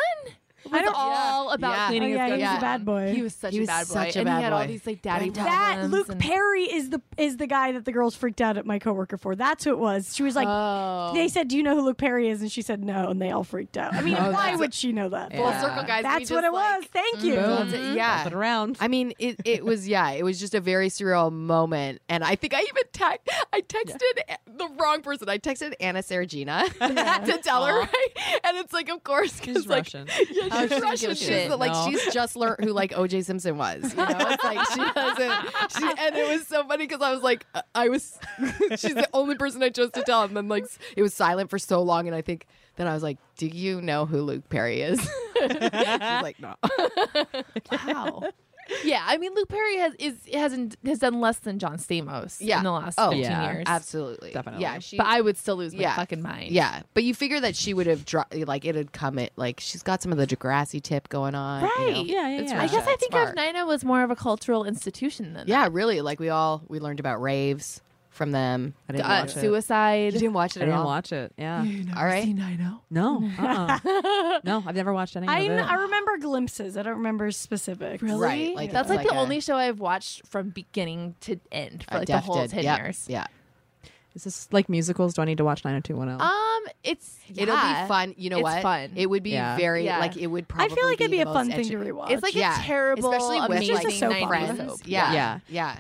Speaker 4: was all about
Speaker 6: Yeah.
Speaker 4: cleaning
Speaker 2: Oh, yeah,
Speaker 4: his
Speaker 2: he
Speaker 4: guns.
Speaker 2: was a
Speaker 4: alone.
Speaker 2: bad boy.
Speaker 4: He was such
Speaker 6: He
Speaker 4: a
Speaker 6: was
Speaker 4: bad boy.
Speaker 6: such a
Speaker 4: and
Speaker 6: bad
Speaker 4: he had all
Speaker 6: boy.
Speaker 4: these like daddy
Speaker 6: Brenda.
Speaker 2: That
Speaker 4: problems.
Speaker 2: Luke
Speaker 4: and-
Speaker 2: Perry is the is the guy that the girls freaked out at my coworker for. That's who it was. She was like,
Speaker 4: Oh.
Speaker 2: they said, "Do you know who Luke Perry is?" And she said, "No," and they all freaked out. I mean, why would she know that?
Speaker 6: Oh, Full circle, guys.
Speaker 2: That's what it was. Thank you.
Speaker 6: That's it. Yeah.
Speaker 3: Mm-hmm. Flip it around.
Speaker 6: I mean, it, it was yeah, it was just a very surreal moment, and I think I even te- I texted the wrong person. I texted Anna Sergina to tell her right, and it's like, of course, because
Speaker 3: She's
Speaker 6: like
Speaker 3: Russian.
Speaker 6: yeah, she's
Speaker 4: Oh, doesn't give a
Speaker 6: Russian. She's
Speaker 4: shit.
Speaker 6: the- like
Speaker 3: No.
Speaker 6: she's just learned who like O.J. Simpson was. You know, it's like she doesn't. She, and it was so funny because I was like, uh, I was she's the only person I chose to tell, and then like s- it was silent for so long, and I think then I was like, do you know who Luke Perry is? she's like, no.
Speaker 4: Wow. yeah, I mean Luke Perry has is hasn't has done less than John Stamos
Speaker 6: Yeah.
Speaker 4: in the last
Speaker 6: Oh,
Speaker 4: fifteen
Speaker 3: yeah.
Speaker 4: years.
Speaker 6: Absolutely.
Speaker 3: Definitely.
Speaker 6: Yeah. She,
Speaker 4: But I would still lose my
Speaker 6: Yeah.
Speaker 4: fucking mind.
Speaker 6: yeah. But you figure that she would have, dro- like, it had come at, like, she's got some of the Degrassi tip going on. you know.
Speaker 4: Right.
Speaker 3: Yeah, yeah,
Speaker 6: It's
Speaker 3: yeah.
Speaker 4: I
Speaker 6: Russia,
Speaker 4: guess I
Speaker 6: it's
Speaker 4: think
Speaker 6: smart.
Speaker 4: of Nina was more of a cultural institution than
Speaker 6: Yeah, really. Like, we all, we learned about raves from them. I
Speaker 4: that.
Speaker 6: didn't
Speaker 4: Uh,
Speaker 6: watch it.
Speaker 4: suicide.
Speaker 6: You didn't watch it
Speaker 3: I
Speaker 6: at
Speaker 3: didn't
Speaker 6: all?
Speaker 3: watch it. Yeah.
Speaker 6: all right.
Speaker 3: No. Uh-uh. no, I've never watched any
Speaker 2: I,
Speaker 3: of it.
Speaker 2: I remember glimpses. I don't remember specifics.
Speaker 6: Right, like
Speaker 4: That's
Speaker 6: it's
Speaker 4: like, the
Speaker 6: like a-
Speaker 4: only show I've watched from beginning to end for
Speaker 6: Uh,
Speaker 4: like the
Speaker 6: Def
Speaker 4: whole
Speaker 6: did.
Speaker 4: ten
Speaker 6: Yep.
Speaker 4: years.
Speaker 6: Yeah.
Speaker 3: Is this like musicals? Do I need to watch 90210?
Speaker 4: Um, it's
Speaker 6: It'll
Speaker 4: yeah.
Speaker 6: be fun. You know
Speaker 4: It's
Speaker 6: what?
Speaker 4: fun.
Speaker 6: It would be
Speaker 3: Yeah.
Speaker 6: very,
Speaker 4: Yeah.
Speaker 6: like, it would
Speaker 2: I
Speaker 6: probably
Speaker 2: feel like it'd be a
Speaker 6: the
Speaker 2: fun
Speaker 6: most
Speaker 2: thing to
Speaker 6: edu-
Speaker 2: rewatch.
Speaker 4: It's like
Speaker 6: Yeah.
Speaker 4: a terrible,
Speaker 6: Especially with,
Speaker 4: amazing
Speaker 6: like,
Speaker 2: It's just a soap
Speaker 4: 90s
Speaker 2: opera.
Speaker 4: soap.
Speaker 6: Yeah.
Speaker 3: Yeah.
Speaker 6: Yeah.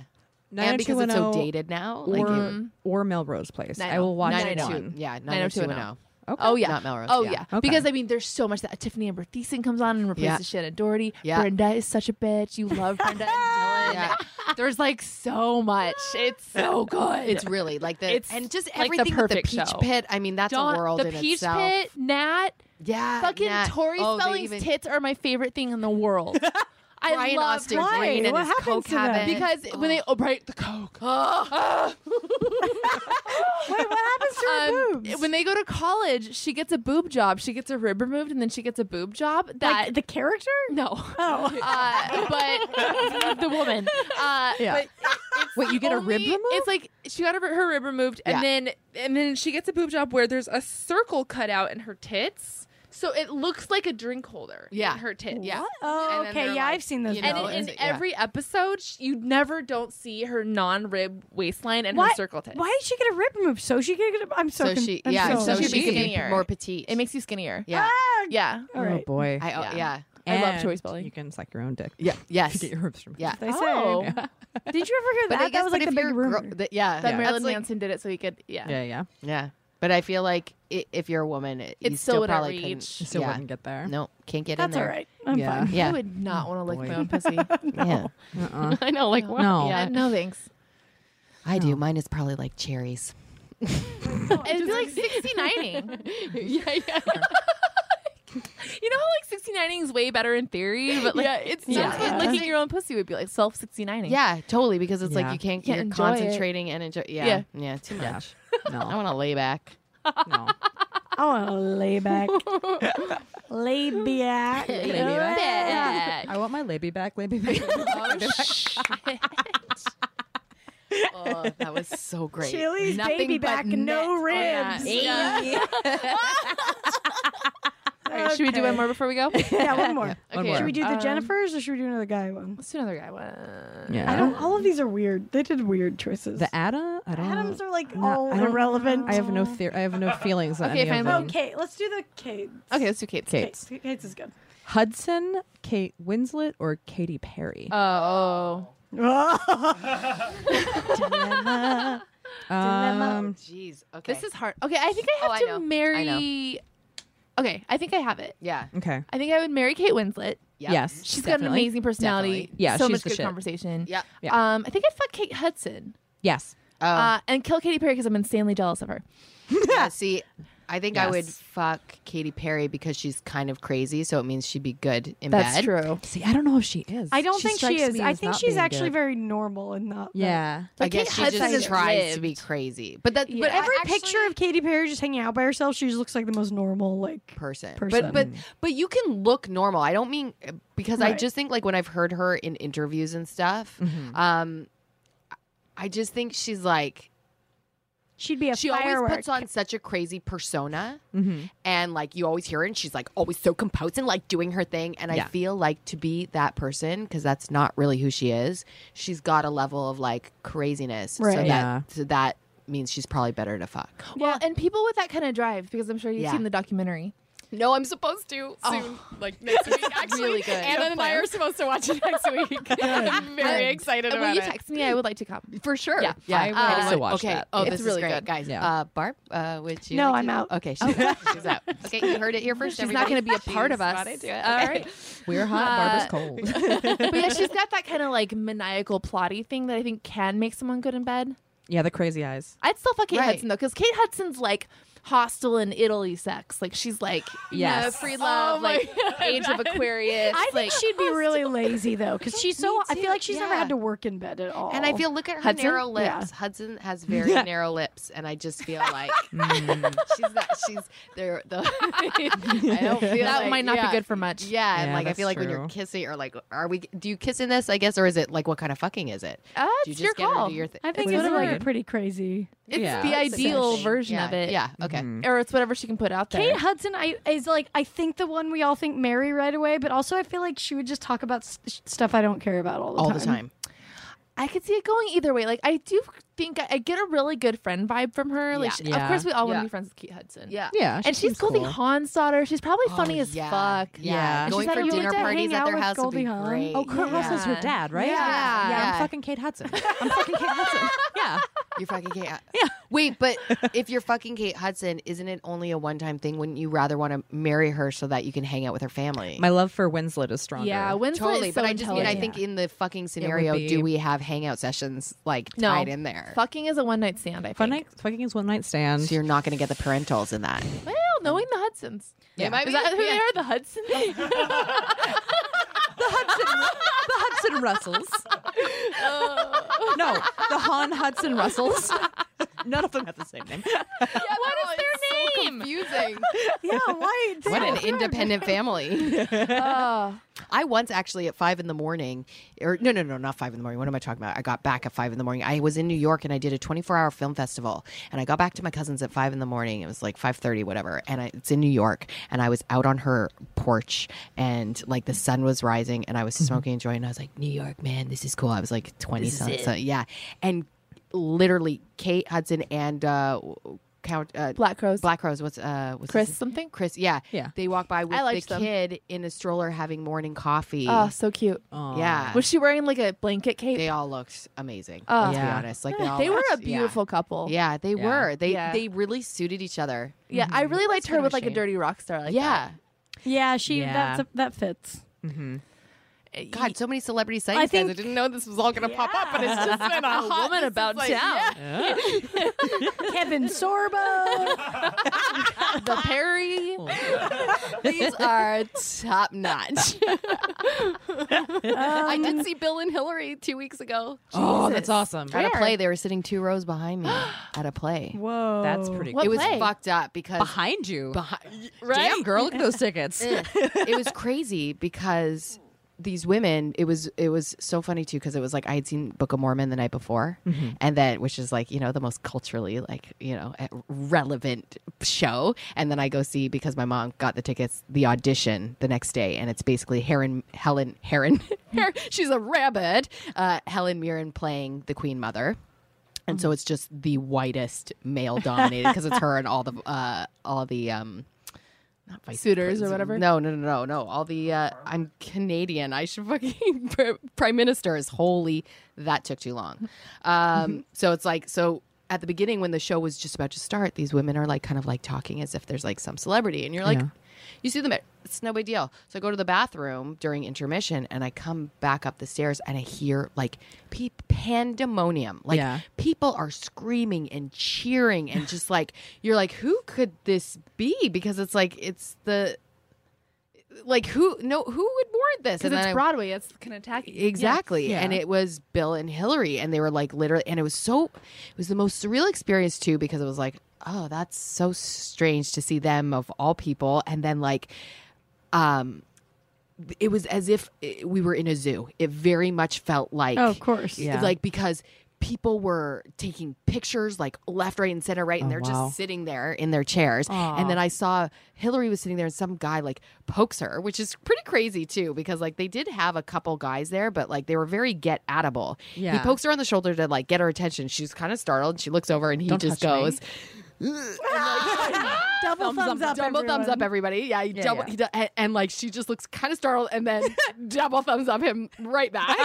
Speaker 6: And because it's so dated now.
Speaker 3: oh Or,
Speaker 6: like, it-
Speaker 3: or Melrose Place.
Speaker 4: Nine
Speaker 3: I will watch
Speaker 6: Nine oh
Speaker 3: one.
Speaker 6: two. Yeah, nine oh two
Speaker 4: 90210.
Speaker 6: and oh.
Speaker 3: Okay.
Speaker 4: Oh yeah,
Speaker 6: Not Melrose,
Speaker 4: Oh
Speaker 6: yeah.
Speaker 4: yeah,
Speaker 3: Okay.
Speaker 4: because I mean, there's so much that Tiffany Amber Thiessen comes on and replaces
Speaker 6: Yeah.
Speaker 4: Shannon Doherty.
Speaker 6: Yeah.
Speaker 4: Brenda is such a bitch. You love Brenda and Dylan.
Speaker 6: Yeah.
Speaker 4: There's like so much. It's so good.
Speaker 6: It's really like the
Speaker 4: It's
Speaker 6: and just
Speaker 4: like the
Speaker 6: everything with the
Speaker 4: perfect
Speaker 6: peach
Speaker 4: show.
Speaker 6: pit. I mean, that's
Speaker 4: Dawn-
Speaker 6: a world
Speaker 4: the
Speaker 6: in
Speaker 4: Peach
Speaker 6: itself.
Speaker 4: Pit, Nat,
Speaker 6: Yeah,
Speaker 4: fucking
Speaker 6: Nat-
Speaker 4: Tori
Speaker 6: oh, they
Speaker 4: Spelling's
Speaker 6: even-
Speaker 4: tits are my favorite thing in the world. I
Speaker 6: Brian
Speaker 4: love
Speaker 6: Austin
Speaker 4: her.
Speaker 2: Why?
Speaker 6: Green and
Speaker 2: What
Speaker 6: his
Speaker 2: happened
Speaker 6: coke
Speaker 2: to them?
Speaker 6: habit.
Speaker 4: because when they oh right the coke.
Speaker 2: Wait, what happens to her
Speaker 4: Um,
Speaker 2: boobs?
Speaker 4: when they go to college, she gets a boob job. She gets a rib removed, and then she gets a boob job. That
Speaker 2: like Oh. the character?
Speaker 4: no, uh, but the woman. Uh, But
Speaker 3: Wait, you get a rib
Speaker 4: only-
Speaker 3: removed?
Speaker 4: It's like she got her, her rib removed, and
Speaker 6: Yeah.
Speaker 4: then and then she gets a boob job where there's a circle cut out in her tits, so it looks like a drink holder.
Speaker 6: Yeah.
Speaker 4: in her tits.
Speaker 6: Yeah.
Speaker 2: Oh,
Speaker 6: And then
Speaker 2: okay.
Speaker 6: they're
Speaker 2: Yeah,
Speaker 6: like,
Speaker 2: I've seen those.
Speaker 6: you
Speaker 4: And
Speaker 6: know,
Speaker 2: before.
Speaker 6: is
Speaker 4: in, in
Speaker 6: it- yeah.
Speaker 4: every episode, sh- you never don't see her non-rib waistline and
Speaker 2: why,
Speaker 4: her circle tits.
Speaker 2: Why did she get a rib removed? So she could get. A, I'm so.
Speaker 6: so
Speaker 2: con-
Speaker 6: she,
Speaker 2: I'm
Speaker 6: yeah, so, she
Speaker 4: so confused.
Speaker 6: could be
Speaker 4: Skinnier.
Speaker 6: more petite.
Speaker 4: It makes you skinnier.
Speaker 6: yeah,
Speaker 2: Ah,
Speaker 4: Yeah.
Speaker 2: All
Speaker 3: Oh
Speaker 2: right.
Speaker 3: boy.
Speaker 6: I, oh,
Speaker 4: Yeah.
Speaker 6: yeah,
Speaker 4: I love
Speaker 3: And
Speaker 4: Tori Spelling.
Speaker 3: You can suck your own dick.
Speaker 6: yeah, yes,
Speaker 3: Get your ribs from
Speaker 6: yeah.
Speaker 2: They say.
Speaker 4: Oh.
Speaker 2: Did you ever hear
Speaker 6: But
Speaker 2: that?
Speaker 6: I guess
Speaker 2: that was
Speaker 6: but
Speaker 2: like the
Speaker 6: if
Speaker 2: big
Speaker 6: you're
Speaker 2: rumor.
Speaker 6: gro- that- yeah,
Speaker 4: That
Speaker 6: yeah.
Speaker 4: Marilyn
Speaker 6: That's like-
Speaker 4: Manson did it so he could, yeah.
Speaker 3: Yeah, yeah.
Speaker 6: yeah. But I feel like i- if you're a woman, it, you
Speaker 4: It still
Speaker 6: still
Speaker 4: wouldn't
Speaker 6: probably couldn't-
Speaker 4: reach.
Speaker 3: You still
Speaker 6: yeah.
Speaker 3: wouldn't get there.
Speaker 6: No, can't get
Speaker 2: That's
Speaker 6: in
Speaker 2: all
Speaker 6: there.
Speaker 2: right. I'm
Speaker 3: Yeah.
Speaker 2: fine.
Speaker 6: Yeah,
Speaker 4: I would not want to lick my own pussy.
Speaker 6: yeah.
Speaker 3: Uh-uh.
Speaker 6: I know,
Speaker 2: Oh,
Speaker 6: like
Speaker 3: No. Oh
Speaker 4: Yeah, no thanks.
Speaker 6: I do. Mine is probably like cherries.
Speaker 4: It'd be like 69ing. yeah, yeah. you know how like 69ing is way better in theory, but like yeah, it's
Speaker 6: yeah,
Speaker 4: yeah,
Speaker 6: yeah.
Speaker 4: licking your own pussy would be like self 69ing.
Speaker 6: Yeah, totally. Because it's
Speaker 3: Yeah.
Speaker 6: like you can't.
Speaker 4: Can't
Speaker 6: you're
Speaker 4: enjoy it.
Speaker 6: concentrating and enjoy. Yeah, yeah,
Speaker 4: Yeah.
Speaker 6: too
Speaker 3: Yeah.
Speaker 6: much. I
Speaker 3: No.
Speaker 6: want to lay back.
Speaker 3: No.
Speaker 2: I want to lay back. lay back.
Speaker 4: Yeah.
Speaker 3: I want my labia back, labia back.
Speaker 6: Oh, that was so great.
Speaker 2: Chili's baby back, no ribs.
Speaker 4: Yeah. All right, should we do
Speaker 2: Okay.
Speaker 4: one more before we go?
Speaker 2: Yeah, one more.
Speaker 3: One more.
Speaker 2: Should we do the
Speaker 4: Um,
Speaker 2: Jennifers or should we do another guy one?
Speaker 4: Let's do another guy one.
Speaker 3: Yeah.
Speaker 2: I don't. All of these are weird. They did weird choices.
Speaker 3: The Adam? I don't
Speaker 2: Adams Oh. are like
Speaker 3: no,
Speaker 2: all
Speaker 3: I don't-
Speaker 2: irrelevant.
Speaker 3: I have no theory. I have no feelings on
Speaker 4: Okay,
Speaker 3: any of
Speaker 4: fine.
Speaker 3: them.
Speaker 2: Okay, let's do the Kate.
Speaker 4: Okay, let's do Kate's.
Speaker 3: Kate.
Speaker 2: Kate's, Kate's is good.
Speaker 3: Hudson, Kate Winslet, or Katy Perry?
Speaker 4: Oh, oh.
Speaker 3: um,
Speaker 6: Jeez. Okay.
Speaker 4: This is hard. Okay, I think I
Speaker 6: Oh, I
Speaker 4: have to
Speaker 6: know. I know.
Speaker 4: marry. Okay, I think I have it.
Speaker 6: yeah.
Speaker 3: okay.
Speaker 4: I think I would marry Kate Winslet.
Speaker 6: Yep.
Speaker 3: Yes.
Speaker 4: She's got an
Speaker 6: Definitely.
Speaker 4: amazing personality.
Speaker 6: Definitely.
Speaker 3: Yeah,
Speaker 4: so
Speaker 3: she's
Speaker 4: much
Speaker 3: the
Speaker 4: good
Speaker 3: shit.
Speaker 4: conversation.
Speaker 6: Yep.
Speaker 4: Um, I think I'd fuck Kate Hudson.
Speaker 3: Yes.
Speaker 6: Oh.
Speaker 4: Uh, and kill Katy Perry because I'm insanely jealous of her.
Speaker 6: yeah. See, I think I would
Speaker 3: Yes.
Speaker 6: fuck Katy Perry because she's kind of crazy, so it means she'd be good in
Speaker 4: That's
Speaker 6: bed.
Speaker 4: true.
Speaker 3: See, I don't know if she is.
Speaker 2: I don't think she
Speaker 3: strikes
Speaker 2: is.
Speaker 3: me
Speaker 2: I
Speaker 3: as
Speaker 2: think
Speaker 3: not
Speaker 2: she's
Speaker 3: being
Speaker 2: actually
Speaker 3: good.
Speaker 2: very normal and not.
Speaker 3: Yeah.
Speaker 6: I guess she
Speaker 4: Hudson
Speaker 6: just
Speaker 4: has
Speaker 6: tries to
Speaker 4: lived.
Speaker 6: be crazy, but that
Speaker 2: But
Speaker 6: but
Speaker 2: every
Speaker 6: I actually-
Speaker 2: picture of Katy Perry just hanging out by herself, she just looks like the most normal. Like
Speaker 6: person. But
Speaker 2: person.
Speaker 6: but but you can look normal. I don't mean because I
Speaker 2: Right. Mm-hmm.
Speaker 6: just think like when I've heard her in interviews and stuff, um, I just think she's like
Speaker 2: she'd be a
Speaker 6: she
Speaker 2: firework. Mm-hmm.
Speaker 6: always puts on such a crazy persona,
Speaker 3: Mhm.
Speaker 6: and like you always hear her, and she's like always so composed and like doing her thing. And
Speaker 3: Yeah.
Speaker 6: I feel like to be that person because that's not really who she is. She's got a level of like craziness,
Speaker 2: Right.
Speaker 6: so that
Speaker 3: Yeah.
Speaker 6: so that means she's probably better to fuck.
Speaker 4: Well, and people with that kind of drive, because I'm sure you've
Speaker 6: Yeah.
Speaker 4: seen the documentary.
Speaker 6: No, I'm supposed to soon, like next week. Actually,
Speaker 4: really good.
Speaker 7: Anna and I are supposed to watch it next week. I'm very excited
Speaker 6: Uh,
Speaker 4: And
Speaker 7: about
Speaker 4: will Uh, you
Speaker 7: it.
Speaker 4: text me? I would like to come.
Speaker 6: For sure.
Speaker 4: Yeah.
Speaker 6: Yeah.
Speaker 3: I would also
Speaker 6: Anyway,
Speaker 3: watch
Speaker 6: okay.
Speaker 3: that.
Speaker 6: Oh,
Speaker 4: It's
Speaker 6: this
Speaker 4: really
Speaker 6: is great,
Speaker 4: good.
Speaker 6: guys.
Speaker 3: Yeah.
Speaker 6: Uh, Barb, uh, would you?
Speaker 2: No,
Speaker 6: like
Speaker 2: I'm
Speaker 6: to-
Speaker 2: out.
Speaker 6: Okay, she's, she's out. Oh. Okay, you heard it here first.
Speaker 4: She's not going to be a part of us. All right.
Speaker 3: We're
Speaker 2: Uh,
Speaker 3: hot. Barbara's cold.
Speaker 4: but yeah, she's got that kind of like maniacal plotty thing that I think can make someone good in bed.
Speaker 3: yeah, the crazy eyes.
Speaker 4: I'd still fuck Kate
Speaker 6: Right.
Speaker 4: Hudson though, because Kate Hudson's like hostile in Italy sex. Like she's like Oh
Speaker 3: Yes.
Speaker 4: you know,
Speaker 6: Oh
Speaker 4: free love, like age of Aquarius.
Speaker 2: I
Speaker 4: like
Speaker 2: think she'd be really lazy though, because she's so. I feel like she's never
Speaker 6: Yeah.
Speaker 2: had to work in bed at all.
Speaker 6: And I feel, look at her
Speaker 4: Hudson?
Speaker 6: narrow lips.
Speaker 2: Yeah.
Speaker 6: Hudson has very narrow lips, and I just feel like she's that. She's there. The, I don't feel
Speaker 4: that
Speaker 6: like-
Speaker 4: might not
Speaker 6: yeah.
Speaker 4: be good for much.
Speaker 6: Yeah, and
Speaker 3: Yeah,
Speaker 6: like I
Speaker 3: that's
Speaker 6: feel like when you're
Speaker 3: true.
Speaker 6: kissing, or like, are we? Do you kiss in this? I guess, or is it like what kind of fucking is it?
Speaker 4: Uh,
Speaker 6: Do you just
Speaker 4: it's your
Speaker 6: get her to
Speaker 4: call.
Speaker 6: do your thing?
Speaker 2: I think
Speaker 3: It's
Speaker 2: it's like
Speaker 3: weird.
Speaker 2: pretty crazy.
Speaker 4: It's
Speaker 3: Yeah.
Speaker 4: the ideal
Speaker 6: Sexy.
Speaker 4: version
Speaker 6: Yeah,
Speaker 4: of it.
Speaker 6: Yeah. Okay.
Speaker 4: Or it's whatever she can put out there.
Speaker 2: Kate Hudson I, is like I think the one we all think Mary right away, but also I feel like she would just talk about s- stuff I don't care about all the
Speaker 6: All
Speaker 2: time.
Speaker 6: the time.
Speaker 4: I could see it going either way. Like I do think I, I get a really good friend vibe from her. Like
Speaker 6: Yeah.
Speaker 4: she,
Speaker 3: Yeah.
Speaker 4: of course we all want
Speaker 6: Yeah.
Speaker 4: to be friends with Kate Hudson.
Speaker 6: Yeah.
Speaker 3: Yeah,
Speaker 4: and she's Goldie Hawn's daughter. She's probably funny
Speaker 6: Oh,
Speaker 4: as
Speaker 6: yeah.
Speaker 4: fuck.
Speaker 3: Yeah.
Speaker 6: Yeah.
Speaker 3: And
Speaker 6: Going
Speaker 2: she's
Speaker 6: for
Speaker 2: like, "You
Speaker 6: dinner
Speaker 2: would hang
Speaker 6: parties at
Speaker 2: out
Speaker 6: their
Speaker 2: with
Speaker 6: house would
Speaker 2: Goldie
Speaker 6: be
Speaker 2: Hawn."
Speaker 6: great.
Speaker 3: Oh, Kurt
Speaker 4: Yeah.
Speaker 3: Russell's her dad, right?
Speaker 6: Yeah.
Speaker 3: yeah. I'm
Speaker 6: Yeah.
Speaker 3: fucking Kate Hudson. I'm fucking Kate Hudson. Yeah.
Speaker 6: You fucking Kate. Yeah. Wait, but if you're fucking Kate Hudson, isn't it only a one time thing? Wouldn't you rather want to marry her so that you can hang out with her family?
Speaker 3: My love for Winslet is stronger.
Speaker 4: Yeah, Winslet
Speaker 6: totally.
Speaker 4: is so
Speaker 6: but I just mean, I
Speaker 4: intelligent.
Speaker 6: think in the fucking scenario,
Speaker 3: be-
Speaker 6: do we have hangout sessions like
Speaker 4: No.
Speaker 6: tied in there?
Speaker 4: Fucking is a one night stand. I think.
Speaker 3: Fun night, fucking is one night stand.
Speaker 6: So you're not going to get the parentals in that.
Speaker 4: Well, knowing the Hudsons.
Speaker 6: Yeah. They might
Speaker 4: Is
Speaker 6: be-
Speaker 4: that who they
Speaker 6: yeah.
Speaker 4: are? The Hudsons?
Speaker 3: the Hudson Russells. no, the Han Hudson Russells. None of them have the same name.
Speaker 4: what is their name?
Speaker 6: Confusing.
Speaker 2: Yeah, why?
Speaker 6: what an independent family. I once actually at five in the morning, or no, no, no, not five in the morning. What am I talking about? I got back at five in the morning. I was in New York and I did a 24 hour film festival, and I got back to my cousins at five in the morning. It was like 5:30, whatever. And I, it's in New York, and I was out on her porch, and like the sun was rising, and I was smoking a joint, and I was like, New York, man, Mm-hmm. this is cool. I was like 20 something, so- yeah, and literally Kate Hudson and. uh Count uh,
Speaker 4: Black Crowes.
Speaker 6: Black Crowes. What's uh? What's his
Speaker 4: Chris
Speaker 6: name?
Speaker 4: something?
Speaker 6: Chris. Yeah.
Speaker 3: Yeah.
Speaker 6: They walk by with
Speaker 4: I liked
Speaker 6: the
Speaker 4: them.
Speaker 6: kid in a stroller having morning coffee.
Speaker 4: Oh, so cute.
Speaker 6: yeah.
Speaker 4: Was she wearing like a blanket cape?
Speaker 6: they all looked amazing.
Speaker 4: Oh.
Speaker 6: let's be
Speaker 3: Yeah.
Speaker 6: honest. Like they, all
Speaker 4: They were a
Speaker 6: looked- yeah.
Speaker 4: beautiful couple.
Speaker 6: Yeah, they
Speaker 3: Yeah.
Speaker 6: were. They
Speaker 4: Yeah.
Speaker 6: they really suited each other.
Speaker 4: Yeah, I really liked her
Speaker 6: kind of
Speaker 4: with
Speaker 6: a
Speaker 4: like a
Speaker 6: shame.
Speaker 4: dirty rock star. Like
Speaker 6: yeah.
Speaker 2: Yeah, she
Speaker 3: Yeah.
Speaker 2: that's a, that fits.
Speaker 4: that.
Speaker 6: God, so many celebrity sightings.
Speaker 2: I
Speaker 6: guys.
Speaker 2: think-
Speaker 6: I didn't know this was all going to pop up, but it's just been a hot
Speaker 4: woman about
Speaker 6: like-
Speaker 4: town.
Speaker 2: Kevin Sorbo.
Speaker 4: the Perry.
Speaker 6: These are top notch.
Speaker 7: I
Speaker 4: Um.
Speaker 7: did see Bill and Hillary two weeks ago.
Speaker 3: Oh, that's awesome.
Speaker 6: at a play, they were sitting two rows behind me. At a play,
Speaker 2: Whoa.
Speaker 3: That's pretty
Speaker 4: What
Speaker 6: it was
Speaker 4: play?
Speaker 6: fucked up because
Speaker 3: Behind you.
Speaker 6: behind,
Speaker 3: Damn, girl, look at those tickets.
Speaker 6: it was crazy because these women, it was it was so funny too because it was like I had seen Book of Mormon the night before, and then which is like you know the most culturally like you know eh, relevant show, and then I go see because my mom got the tickets the audition the next day, and it's basically Heron Helen Heron, she's a rabbit, uh, Helen Mirren playing the Queen Mother and
Speaker 4: Mm-hmm.
Speaker 6: so it's just the whitest male dominated because it's her and all the uh all the um not vice
Speaker 4: Suitors or
Speaker 6: pres-
Speaker 4: whatever?
Speaker 6: No, no, no, no, no. All the uh, I'm Canadian. I should fucking prime ministers. Holy, that took too long.
Speaker 4: Mm-hmm.
Speaker 6: Um, so it's like so at the beginning when the show was just about to start, these women are like kind of like talking as if there's like some celebrity, and you're like, you see them. At, it's no big deal. So I go to the bathroom during intermission, and I come back up the stairs, and I hear like pe- pandemonium. Like
Speaker 3: Yeah.
Speaker 6: people are screaming and cheering, and just like you're like, who could this be? Because it's like it's the like who no who would warrant this?
Speaker 4: Because
Speaker 6: And
Speaker 4: it's
Speaker 6: then I-
Speaker 4: Broadway. It's gonna attack you.
Speaker 6: Exactly. And it was Bill and Hillary. And they were like literally, and it was so, it was the most surreal experience too, because it was like, oh, that's so strange to see them of all people. And then like, um, it was as if eh, we were in a zoo. It very much felt like,
Speaker 2: Oh, of course.
Speaker 6: it's like because people were taking pictures like left right and center
Speaker 3: Oh,
Speaker 6: right and they're just sitting there in their chairs and then i saw hillary was sitting there and some guy like pokes her which is pretty crazy too because like they did have a couple guys there but like they were very get atable he
Speaker 3: Yeah.
Speaker 6: pokes her on the shoulder to like get her attention she's kind of startled she looks over and he just goes
Speaker 2: Double thumbs, up.
Speaker 6: double thumbs up everybody yeah, he double
Speaker 3: yeah.
Speaker 6: He do- and, and like she just looks kind of startled and then double thumbs up him right back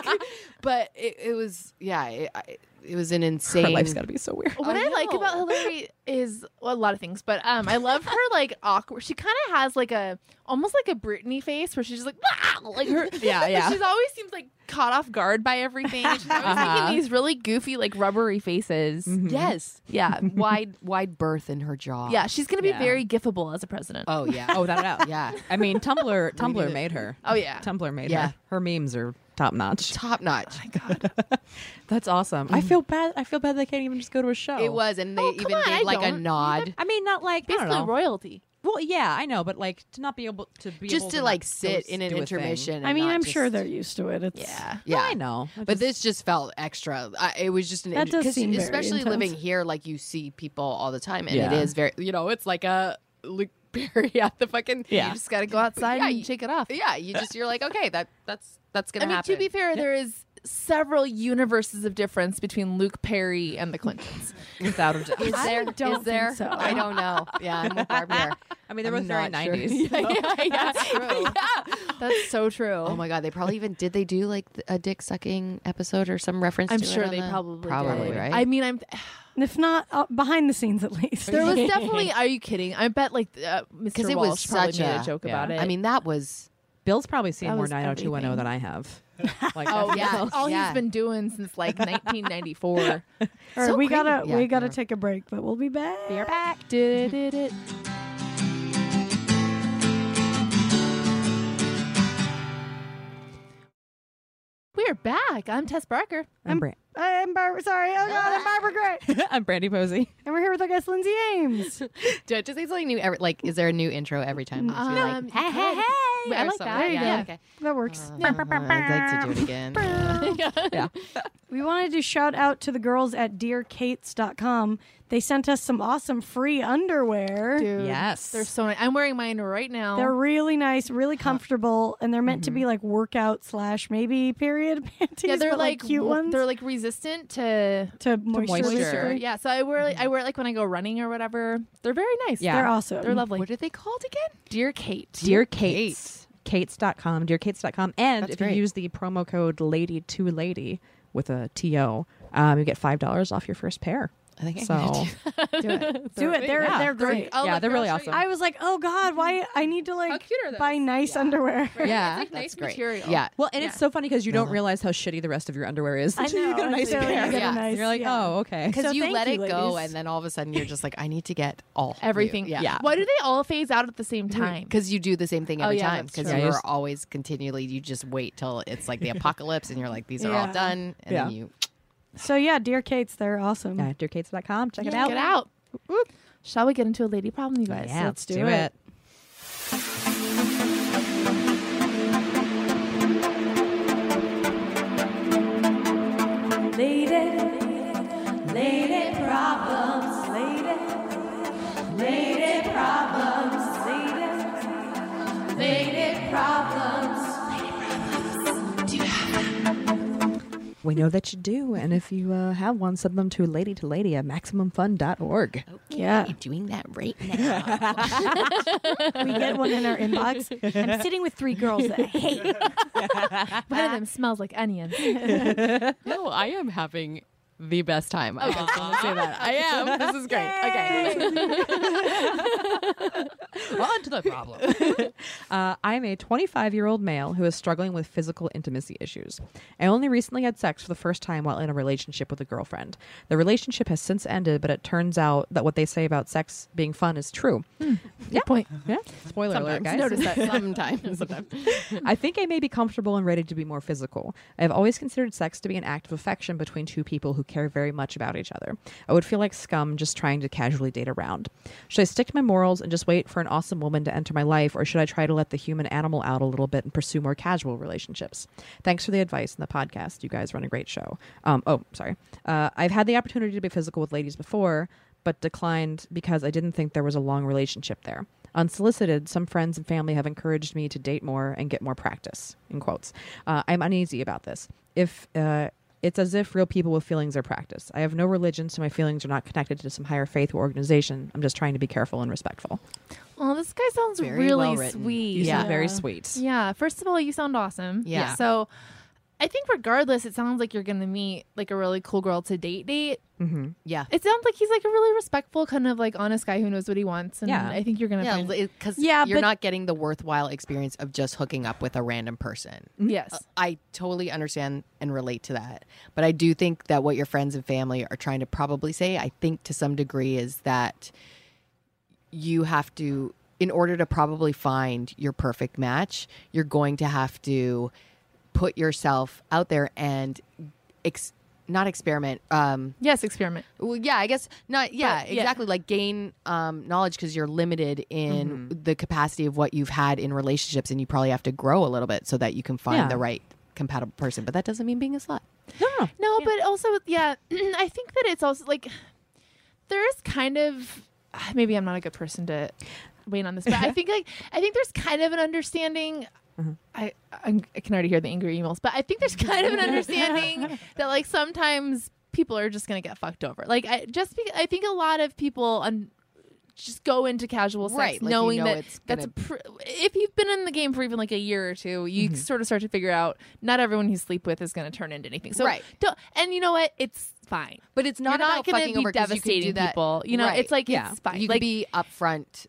Speaker 6: but it, it was yeah it, I- it was an insane
Speaker 3: Her life's got to be so weird.
Speaker 4: What I, like about Hillary is well, a lot of things, but um, I love her like awkward. She kind of has like a almost like a Britney face where she's just like wow, like her.
Speaker 3: Yeah, yeah.
Speaker 4: She's always seems like caught off guard by everything. and She's always making these really goofy like rubbery faces.
Speaker 6: Yes.
Speaker 4: Yeah,
Speaker 6: wide wide berth in her jaw.
Speaker 4: yeah. She's gonna be very gifable as a president.
Speaker 6: Oh yeah.
Speaker 3: Oh, that out.
Speaker 6: yeah.
Speaker 3: I mean, Tumblr Tumblr made her.
Speaker 4: Oh, yeah.
Speaker 3: Tumblr made
Speaker 6: Yeah.
Speaker 3: her. Her memes are top notch.
Speaker 6: Top notch.
Speaker 3: That's awesome. I feel bad. I feel bad they can't even just go to a show.
Speaker 6: Mm-hmm. It was, and they even
Speaker 4: on,
Speaker 6: gave
Speaker 4: I
Speaker 6: like a
Speaker 4: don't.
Speaker 6: nod.
Speaker 3: I mean, not like I
Speaker 4: Basically,
Speaker 3: don't know.
Speaker 4: royalty.
Speaker 3: well, yeah, I know, but like to not be able to be
Speaker 6: Just
Speaker 3: able
Speaker 6: to
Speaker 3: not
Speaker 6: like
Speaker 3: go
Speaker 6: sit
Speaker 3: s-
Speaker 6: in an
Speaker 3: do a thing.
Speaker 6: intermission. and
Speaker 2: I mean,
Speaker 6: not
Speaker 2: I'm
Speaker 6: just-
Speaker 2: sure they're used to it. It's,
Speaker 4: Yeah.
Speaker 6: Yeah,
Speaker 3: I know. I
Speaker 6: But
Speaker 3: just-
Speaker 6: this just felt extra. I, it was just an
Speaker 2: That does
Speaker 6: 'cause
Speaker 2: seem very
Speaker 6: especially living
Speaker 2: intense.
Speaker 6: here, like you see people all the time, and
Speaker 3: Yeah.
Speaker 6: it is very. You know, it's like a Luke Perry at the fucking.
Speaker 3: Yeah.
Speaker 6: You
Speaker 4: Just gotta go outside
Speaker 6: Yeah,
Speaker 4: and
Speaker 6: you-
Speaker 4: shake it off.
Speaker 6: yeah, you just you're like okay, that that's that's gonna
Speaker 4: I mean,
Speaker 6: happen.
Speaker 4: to be fair, there is several universes of difference between Luke Perry and the Clintons.
Speaker 3: without a doubt.
Speaker 6: is there?
Speaker 2: don't think
Speaker 6: is there?
Speaker 2: so.
Speaker 6: I don't know. Yeah, I'm with Barb here.
Speaker 3: I mean, they were
Speaker 6: I'm
Speaker 3: very
Speaker 6: not sure.
Speaker 3: nineties.
Speaker 6: That's true.
Speaker 4: That's so true.
Speaker 6: Oh my god, they probably even did they do like th- a dick sucking episode or some reference
Speaker 4: I'm
Speaker 6: to it
Speaker 4: sure
Speaker 6: on
Speaker 4: they
Speaker 6: the-
Speaker 4: probably
Speaker 6: probably
Speaker 4: did.
Speaker 6: right.
Speaker 4: I mean, I'm
Speaker 2: If not, uh, behind the scenes at least.
Speaker 4: there was definitely. Are you kidding? I bet like uh, Mr.
Speaker 6: it
Speaker 4: Walsh
Speaker 6: was
Speaker 4: probably
Speaker 6: such
Speaker 4: made
Speaker 6: a-
Speaker 4: a joke
Speaker 3: yeah.
Speaker 4: about it.
Speaker 6: I mean that was
Speaker 3: Bill's probably seen
Speaker 4: That
Speaker 3: more
Speaker 4: was
Speaker 3: 90210 than I have. Like,
Speaker 4: oh
Speaker 3: that's-
Speaker 4: yeah,
Speaker 6: yeah,
Speaker 4: all
Speaker 6: yeah.
Speaker 4: he's been doing since like 1994.
Speaker 2: All right,
Speaker 6: so
Speaker 2: we
Speaker 6: creepy.
Speaker 2: gotta
Speaker 6: Yeah,
Speaker 2: we gotta
Speaker 6: yeah.
Speaker 2: take a break, but we'll be back.
Speaker 4: You're back. Did it, it. We're back. I'm Tess Barker.
Speaker 3: I'm, Bra-
Speaker 2: I'm Barbara. Sorry, oh god, I'm Barbara Gray,
Speaker 3: I'm Brandy Posey.
Speaker 2: and we're here with our guest Lindsay Ames.
Speaker 6: do I just say something new every like is there a new intro every time? It's
Speaker 4: Um,
Speaker 6: like,
Speaker 4: you could. Wait, I
Speaker 6: or
Speaker 4: like
Speaker 6: something.
Speaker 4: that.
Speaker 6: Yeah,
Speaker 4: yeah.
Speaker 6: okay.
Speaker 2: That works.
Speaker 6: Uh, I'd like to do it again.
Speaker 2: We wanted to shout out to the girls at DearKates.com. They sent us some awesome free underwear.
Speaker 4: Dude,
Speaker 3: Yes.
Speaker 4: They're so nice. I'm wearing mine right now.
Speaker 2: They're really nice, really comfortable, and they're meant to be like workout slash maybe period panties.
Speaker 4: yeah, they're
Speaker 2: but,
Speaker 4: like,
Speaker 2: cute
Speaker 4: wa-
Speaker 2: ones.
Speaker 4: They're like resistant to
Speaker 2: to moisture.
Speaker 3: moisture.
Speaker 4: moisture.
Speaker 2: basically.
Speaker 4: Yeah, so I wear like, I wear it like when I go running or whatever. They're very nice.
Speaker 3: Yeah.
Speaker 2: They're awesome.
Speaker 4: They're lovely.
Speaker 6: What are they called again?
Speaker 4: Dear Kate.
Speaker 3: Dear Kates. Kates.com, dearkates.com. And
Speaker 6: That's
Speaker 3: if
Speaker 6: great.
Speaker 3: you use the promo code lady2lady with a T-O, um, you get $5 off your first pair.
Speaker 6: I think I'm gonna
Speaker 3: So,
Speaker 2: Do it. Do it. They're they're great.
Speaker 3: yeah, they're really awesome.
Speaker 2: I was like, oh god, why
Speaker 3: Mm-hmm.
Speaker 2: I need to like buy nice underwear.
Speaker 3: yeah.
Speaker 4: Like nice material.
Speaker 6: Yeah.
Speaker 3: Well, and it's so funny because you don't realize how shitty the rest of your underwear is.
Speaker 2: I
Speaker 3: until you
Speaker 2: know,
Speaker 3: get a nice
Speaker 2: until you
Speaker 3: pair.
Speaker 2: get a
Speaker 3: Yeah.
Speaker 2: nice-
Speaker 3: You're like,
Speaker 2: yeah.
Speaker 3: oh, okay.
Speaker 6: Because
Speaker 2: So
Speaker 6: you
Speaker 2: thank
Speaker 6: let
Speaker 2: you,
Speaker 6: it go,
Speaker 2: ladies.
Speaker 6: and then all of a sudden you're just like, I need to get all
Speaker 4: Everything.
Speaker 6: Yeah.
Speaker 4: Why do they all phase out at the same time?
Speaker 6: Because you do the same thing
Speaker 4: Oh,
Speaker 6: every
Speaker 4: yeah,
Speaker 6: time.
Speaker 4: that's
Speaker 6: Because
Speaker 4: true.
Speaker 6: you
Speaker 3: Yeah,
Speaker 6: are
Speaker 3: you're-
Speaker 6: always continually. You just wait till it's like the apocalypse, and you're like, these are
Speaker 2: Yeah.
Speaker 6: all done, and
Speaker 3: Yeah.
Speaker 6: then you
Speaker 2: So yeah, dear Kates, they're awesome.
Speaker 3: Yeah, dearkates.com. Check it
Speaker 4: Check
Speaker 3: out.
Speaker 4: it out. Shall we get into a lady problem, you guys?
Speaker 3: Yeah,
Speaker 2: let's do it.
Speaker 3: it. We know that you do. And if you uh, have one, send them to lady to lady at maximumfun.org.
Speaker 2: Yeah.
Speaker 8: I'm doing that right now.
Speaker 2: We get one in our inbox. I'm sitting with three girls that I hate.
Speaker 4: One of them smells like onions.
Speaker 7: No, Oh, I am having the best time. I just want to say that. I am. This is great. Okay. On to the problem.
Speaker 3: Uh, I'm a 25 year old male who is struggling with physical intimacy issues. I only recently had sex for the first time while in a relationship with a girlfriend. The relationship has since ended, but it turns out that what they say about sex being fun is true. Yeah.
Speaker 4: point.
Speaker 3: Yeah. Spoiler alert, guys.
Speaker 7: Notice that sometimes.
Speaker 3: I think I may be comfortable and ready to be more physical. I have always considered sex to be an act of affection between two people who care very much about each other. I would feel like scum just trying to casually date around. Should I stick to my morals and just wait for an awesome woman to enter my life, or should I try to let the human animal out a little bit and pursue more casual relationships? Thanks for the advice and the podcast. You guys run a great show. Um, oh, sorry. Uh, I've had the opportunity to be physical with ladies before, but declined because I didn't think there was a long relationship there. Unsolicited, some friends and family have encouraged me to date more and get more practice. In quotes, uh, I'm uneasy about this. If uh, it's as if real people with feelings are practiced. I have no religion, so my feelings are not connected to some higher faith or organization. I'm just trying to be careful and respectful.
Speaker 4: Oh, this guy sounds
Speaker 6: Very
Speaker 4: really
Speaker 6: well-written.
Speaker 4: sweet.
Speaker 3: You
Speaker 6: Yeah.
Speaker 3: sound very sweet.
Speaker 4: Yeah. First of all, you sound awesome.
Speaker 6: Yeah.
Speaker 4: So I think regardless, it sounds like you're gonna meet like a really cool girl to date date.
Speaker 3: hmm
Speaker 6: Yeah.
Speaker 4: It sounds like he's like a really respectful, kind of like honest guy who knows what he wants. And
Speaker 3: Yeah.
Speaker 4: I think you're gonna
Speaker 6: Yeah,
Speaker 4: find
Speaker 6: because
Speaker 4: Yeah,
Speaker 6: you're
Speaker 4: but-
Speaker 6: not getting the worthwhile experience of just hooking up with a random person.
Speaker 4: Yes.
Speaker 6: I totally understand and relate to that. But I do think that what your friends and family are trying to probably say, I think to some degree, is that you have to, in order to probably find your perfect match, you're going to have to put yourself out there and ex- not experiment. Um,
Speaker 4: yes, experiment.
Speaker 6: well, yeah, I guess not. Yeah,
Speaker 4: But, yeah.
Speaker 6: exactly. Like gain um, knowledge because you're limited in the capacity of what you've had in relationships, and you probably have to grow a little bit so that you can find
Speaker 3: Yeah.
Speaker 6: the right compatible person. But that doesn't mean being a slut.
Speaker 4: No, but also, yeah, I think that it's also like there is kind of maybe I'm not a good person to weigh in on this, but I think like I think there's kind of an understanding.
Speaker 6: Mm-hmm.
Speaker 4: I I'm, I can already hear the angry emails, but I think there's kind of an understanding that like sometimes people are just gonna get fucked over. Like I just be, I think a lot of people un- just go into casual sex
Speaker 6: Right, like you
Speaker 4: knowing
Speaker 6: know
Speaker 4: that
Speaker 6: it's
Speaker 4: that's a pr- if you've been in the game for even like a year or two,
Speaker 6: Mm-hmm.
Speaker 4: you sort of start to figure out not everyone you sleep with is going to turn into anything. So
Speaker 6: Right.
Speaker 4: don't, and you know what? It's fine.
Speaker 6: But it's
Speaker 4: You're
Speaker 6: not
Speaker 4: not
Speaker 6: about
Speaker 4: gonna
Speaker 6: fucking
Speaker 4: be
Speaker 6: over 'cause you can do
Speaker 4: devastating
Speaker 6: that-
Speaker 4: people. You know,
Speaker 6: Right.
Speaker 4: it's like,
Speaker 3: Yeah.
Speaker 4: it's fine.
Speaker 6: You
Speaker 4: Like,
Speaker 6: can be upfront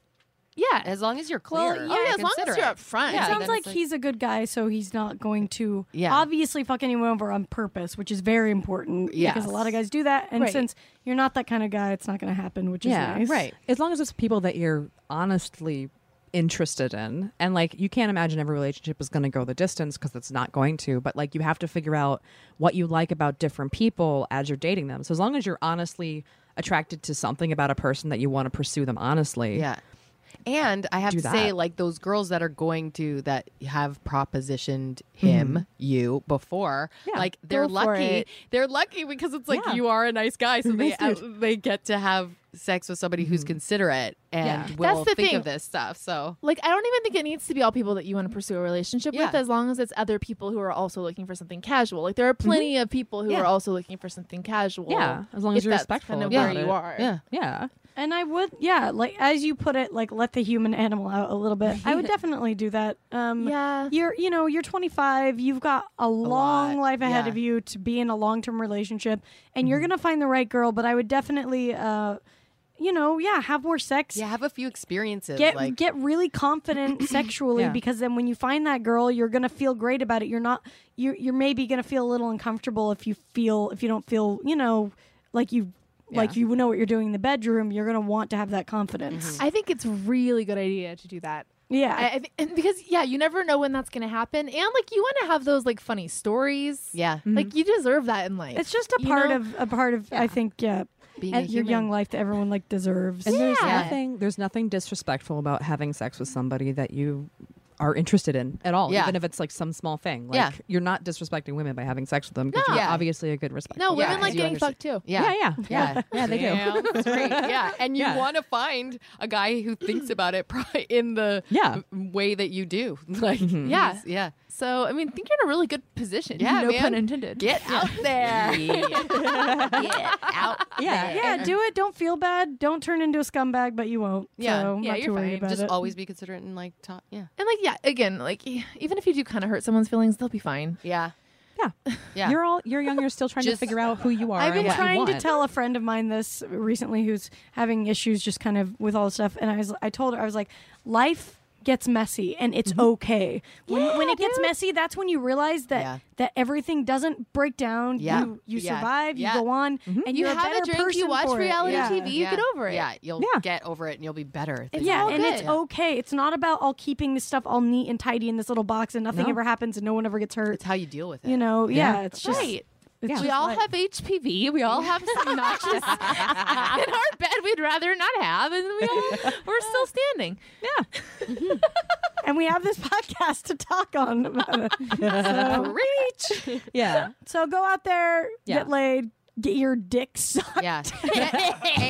Speaker 4: yeah.
Speaker 6: as long as you're clear.
Speaker 4: well, yeah, as long as you're up front.
Speaker 6: Yeah,
Speaker 2: It sounds
Speaker 6: then
Speaker 2: like
Speaker 6: it's like-
Speaker 2: he's a good guy, so he's not going to
Speaker 6: Yeah.
Speaker 2: obviously fuck anyone over on purpose, which is very important because
Speaker 6: Yes.
Speaker 2: a lot of guys do that. And
Speaker 4: Right.
Speaker 2: since you're not that kind of guy, it's not going to happen, which
Speaker 3: Yeah,
Speaker 2: is nice.
Speaker 6: right.
Speaker 3: as long as it's people that you're honestly interested in and like you can't imagine every relationship is going to go the distance because it's not going to but like you have to figure out what you like about different people as you're dating them so as long as you're honestly attracted to something about a person that you want to pursue them honestly
Speaker 6: Yeah. And I have
Speaker 3: Do
Speaker 6: to say,
Speaker 3: that.
Speaker 6: like those girls that are going to that have propositioned him, you before,
Speaker 3: Yeah.
Speaker 6: like they're
Speaker 4: Go for
Speaker 6: lucky.
Speaker 4: it.
Speaker 6: They're lucky because it's like
Speaker 3: Yeah.
Speaker 6: you are a nice guy, so they
Speaker 3: Nice
Speaker 6: they get to have sex with somebody who's considerate and
Speaker 3: Yeah.
Speaker 6: will
Speaker 4: That's the
Speaker 6: think
Speaker 4: thing.
Speaker 6: of this stuff. So
Speaker 4: Like, I don't even think it needs to be all people that you want to pursue a relationship with,
Speaker 6: Yeah.
Speaker 4: as long as it's other people who are also looking for something casual. Like, there are plenty of people who
Speaker 6: Mm-hmm. Yeah.
Speaker 4: are also looking for something casual.
Speaker 3: Yeah, as long as
Speaker 4: if
Speaker 3: you're
Speaker 4: that's
Speaker 3: respectful
Speaker 4: Kind of
Speaker 3: about
Speaker 4: where
Speaker 3: it.
Speaker 4: you are.
Speaker 6: yeah,
Speaker 3: yeah
Speaker 2: And I would, yeah, like as you put it, like let the human animal out a little bit. I would definitely do that. Um,
Speaker 4: Yeah.
Speaker 2: You're, you know, you're 25. You've got a, long
Speaker 6: lot,
Speaker 2: life ahead
Speaker 6: yeah.
Speaker 2: of you to be in a long term relationship, and you're gonna find the right girl. But I would definitely, uh, you know, yeah, have more sex.
Speaker 6: yeah, have a few experiences.
Speaker 2: Get
Speaker 6: like
Speaker 2: get really confident sexually
Speaker 3: Yeah.
Speaker 2: because then when you find that girl, you're gonna feel great about it. You're not you're you're maybe gonna feel a little uncomfortable if you feel if you don't feel you know like you like you know what you're doing in the bedroom. You're gonna want to have that confidence.
Speaker 4: I think it's a really good idea to do that.
Speaker 2: Yeah,
Speaker 4: I, I thi- and because yeah, you never know when that's gonna happen, and like you want to have those like funny stories.
Speaker 6: yeah,
Speaker 4: like you deserve that in life.
Speaker 2: it's just a
Speaker 4: you
Speaker 2: part
Speaker 4: know?
Speaker 2: of a part of I think yeah,
Speaker 6: being a
Speaker 2: at your
Speaker 6: human.
Speaker 2: young life that everyone like deserves.
Speaker 3: and there's
Speaker 4: Yeah.
Speaker 3: nothing there's nothing disrespectful about having sex with somebody that you are interested in at all,
Speaker 6: Yeah.
Speaker 3: even if it's like some small thing. Like
Speaker 6: Yeah.
Speaker 3: you're not disrespecting women by having sex with them because
Speaker 6: No.
Speaker 3: you're
Speaker 6: Yeah.
Speaker 3: obviously a good respect.
Speaker 4: No,
Speaker 6: Yeah,
Speaker 4: women
Speaker 6: 'cause
Speaker 4: like
Speaker 6: you
Speaker 4: getting
Speaker 6: understand-
Speaker 4: fucked too.
Speaker 6: Yeah.
Speaker 3: yeah, yeah,
Speaker 6: Yeah.
Speaker 3: yeah, they do.
Speaker 7: Damn, that's great.
Speaker 6: Yeah. And you
Speaker 3: Yeah.
Speaker 7: want
Speaker 6: want
Speaker 7: to find a guy who thinks about it probably in the
Speaker 3: Yeah.
Speaker 7: way that you do. Like,
Speaker 4: Yeah.
Speaker 6: to. Yeah.
Speaker 4: So I mean, I think you're in a really good position.
Speaker 6: Yeah,
Speaker 4: no
Speaker 6: man.
Speaker 4: pun intended.
Speaker 6: Get out there. Get out.
Speaker 3: Yeah.
Speaker 2: Yeah, do it. Don't feel bad. Don't turn into a scumbag, but you won't.
Speaker 6: Yeah.
Speaker 2: so
Speaker 4: Yeah,
Speaker 2: not to
Speaker 4: you're
Speaker 2: worry
Speaker 4: fine.
Speaker 2: about
Speaker 6: Just
Speaker 2: it.
Speaker 6: always be considerate and like talk. Yeah.
Speaker 4: And like, yeah, again, like e- even if you do kind of hurt someone's feelings, they'll be fine.
Speaker 6: Yeah.
Speaker 3: Yeah.
Speaker 6: Yeah.
Speaker 3: You're all you're young. You're still trying to
Speaker 6: Just-
Speaker 3: figure out who you are.
Speaker 2: I've
Speaker 3: and
Speaker 2: been
Speaker 3: what you
Speaker 2: trying to
Speaker 3: want.
Speaker 2: tell a friend of mine this recently who's having issues just kind of with all the stuff. And I was, I told her, I was like, life gets messy and it's
Speaker 4: Mm-hmm.
Speaker 2: okay. When, when it gets messy, that's when you realize that
Speaker 6: Yeah.
Speaker 2: that everything doesn't break down.
Speaker 6: Yeah.
Speaker 2: You, you
Speaker 6: Yeah.
Speaker 2: survive,
Speaker 6: Yeah.
Speaker 2: you go on, and
Speaker 4: Mm-hmm. You
Speaker 2: you're
Speaker 4: have a
Speaker 2: better
Speaker 4: drink, you
Speaker 2: person
Speaker 4: watch
Speaker 2: for it.
Speaker 4: reality
Speaker 2: Yeah.
Speaker 4: TV. you
Speaker 6: Yeah.
Speaker 4: get over it.
Speaker 6: Yeah. You'll
Speaker 3: Yeah.
Speaker 6: get over it and you'll be better. than
Speaker 2: yeah,
Speaker 6: you
Speaker 2: and
Speaker 6: were.
Speaker 2: it's okay. It's not about all keeping this stuff all neat and tidy in this little box and nothing
Speaker 3: No.
Speaker 2: ever happens and no one ever gets hurt.
Speaker 6: It's how you deal with it.
Speaker 2: You know, yeah, it's just
Speaker 4: Right.
Speaker 2: it's
Speaker 3: Yeah.
Speaker 2: just
Speaker 4: We all
Speaker 2: life.
Speaker 4: have HPV. We all have some notches in our bed we'd rather not have, and we all, we're still standing.
Speaker 2: and we have this podcast to talk on about it. So,
Speaker 3: Yeah.
Speaker 2: so go out there,
Speaker 3: Yeah.
Speaker 2: get laid, get your dick sucked.
Speaker 6: Yeah.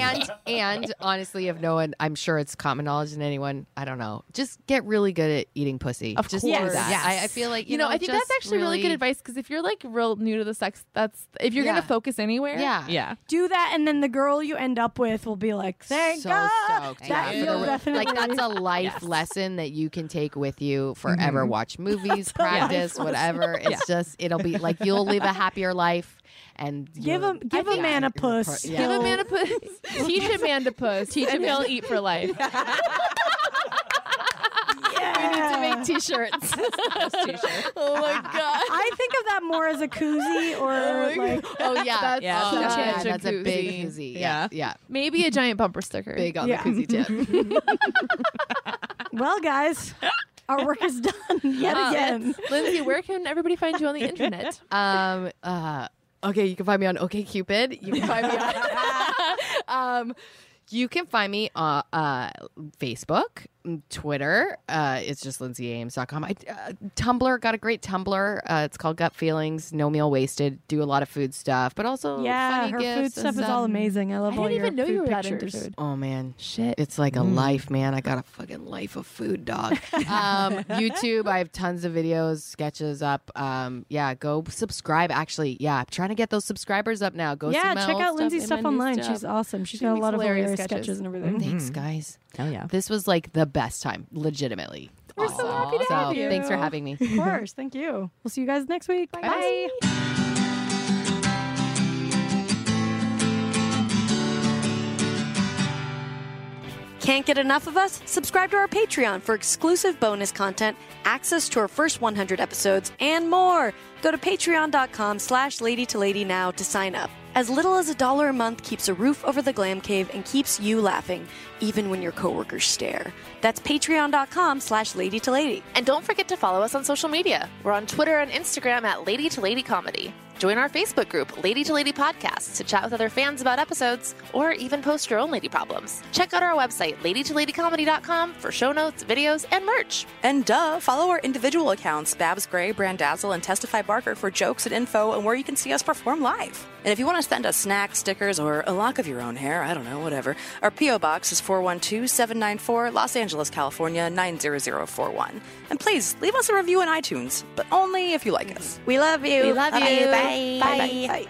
Speaker 6: and and honestly, if no one, I'm sure it's common knowledge in anyone. I don't know. Just get really good at eating pussy. Of just do
Speaker 2: course.
Speaker 6: that.
Speaker 2: Yes.
Speaker 6: I, I feel like you,
Speaker 4: You know, I think that's
Speaker 6: just
Speaker 4: actually really, good advice because if you're like real new to the sex, that's if you're
Speaker 6: Yeah.
Speaker 4: gonna focus anywhere.
Speaker 6: Yeah.
Speaker 3: Yeah.
Speaker 2: Do that, and then the girl you end up with will be like, "Thank
Speaker 6: so
Speaker 2: God."
Speaker 6: stoked.
Speaker 2: That
Speaker 6: yeah.
Speaker 2: you'll
Speaker 6: For the-
Speaker 2: definitely
Speaker 6: like that's a life lesson that you can take with you forever. Watch movies,
Speaker 2: a life
Speaker 6: practice,
Speaker 2: lesson.
Speaker 6: whatever. It's just it'll be like you'll live a happier life and
Speaker 2: Give
Speaker 6: you'll-
Speaker 2: him, give
Speaker 6: I
Speaker 2: a
Speaker 6: think-
Speaker 2: man a
Speaker 6: you're pro-
Speaker 2: puss.
Speaker 6: yeah.
Speaker 4: Give a man a puss. Teach a man to puss. Teach him he'll eat for life.
Speaker 2: Yeah.
Speaker 4: T-shirts. oh my god.
Speaker 2: I think of that more as a koozie or like
Speaker 6: Oh yeah, that's,
Speaker 3: Yeah.
Speaker 6: oh,
Speaker 4: such a
Speaker 6: yeah, that's a big
Speaker 4: jacuzzi.
Speaker 6: koozie. Yeah, yeah,
Speaker 4: Maybe a giant bumper sticker.
Speaker 6: big on
Speaker 2: Yeah.
Speaker 6: the koozie tip.
Speaker 2: Well, guys, our work is done yet again.
Speaker 4: Lindsay, where can everybody find you on the internet?
Speaker 6: Um. Uh. Okay, you can find me on OKCupid. You can find me on. um, you can find me on uh, Facebook, mm, Twitter. Uh, it's just lindsayames.com. I, uh, Tumblr got a great Tumblr. Uh, it's called Gut Feelings. No meal wasted. Do a lot of food stuff, but also
Speaker 2: Yeah,
Speaker 6: funny
Speaker 2: her
Speaker 6: gifts
Speaker 2: food
Speaker 6: and
Speaker 2: stuff is all amazing. I love
Speaker 4: I
Speaker 2: all
Speaker 4: didn't
Speaker 2: your
Speaker 4: even know
Speaker 2: food
Speaker 4: you were that into
Speaker 2: pictures.
Speaker 4: food.
Speaker 6: Oh man,
Speaker 4: Shit.
Speaker 6: It's like a
Speaker 2: Mm.
Speaker 6: life, man. I got a fucking life of food, dog. um, YouTube, I have tons of videos, sketches up. Um, yeah, go subscribe. Actually, yeah, I'm trying to get those subscribers up now. Go
Speaker 2: yeah,
Speaker 6: see my
Speaker 2: check
Speaker 6: old
Speaker 2: out Lindsay's
Speaker 6: and
Speaker 2: stuff
Speaker 6: my new
Speaker 2: online.
Speaker 6: stuff.
Speaker 2: She's awesome. She's
Speaker 4: She
Speaker 2: got a
Speaker 4: makes
Speaker 2: lot of
Speaker 4: hilarious
Speaker 2: hilarious
Speaker 4: sketches.
Speaker 2: sketches, and everything.
Speaker 6: Thanks, guys.
Speaker 3: Hell yeah.
Speaker 6: This was like the best time, legitimately.
Speaker 2: We're so happy to
Speaker 6: So,
Speaker 2: have you.
Speaker 6: Thanks for having me.
Speaker 2: Of course. Thank you. We'll see you guys next week. Bye.
Speaker 9: Can't get enough of us? Subscribe to our Patreon for exclusive bonus content, access to our first 100 episodes, and more. Go to patreon.com slash lady to lady now to sign up. As little as a dollar a month keeps a roof over the glam cave and keeps you laughing, even when your coworkers stare. That's patreon.com slash lady to lady.
Speaker 10: And don't forget to follow us on social media. We're on Twitter and Instagram at Lady to Lady Comedy. Join our Facebook group, Lady to Lady Podcasts, to chat with other fans about episodes or even post your own lady problems. Check out our website, ladytoladycomedy.com, for show notes, videos, and merch.
Speaker 11: And duh, follow our individual accounts, Babs Gray, Brandazzle, and Testify Barker for jokes and info and where you can see us perform live. And if you want to send us snacks, stickers, or a lock of your own hair, I don't know, whatever, our P.O. Box is 412-794, Los Angeles, California, 90041. And please, leave us a review on iTunes, but only if you like us.
Speaker 9: We love you.
Speaker 10: We love you.
Speaker 9: Bye. Bye. Bye. Bye.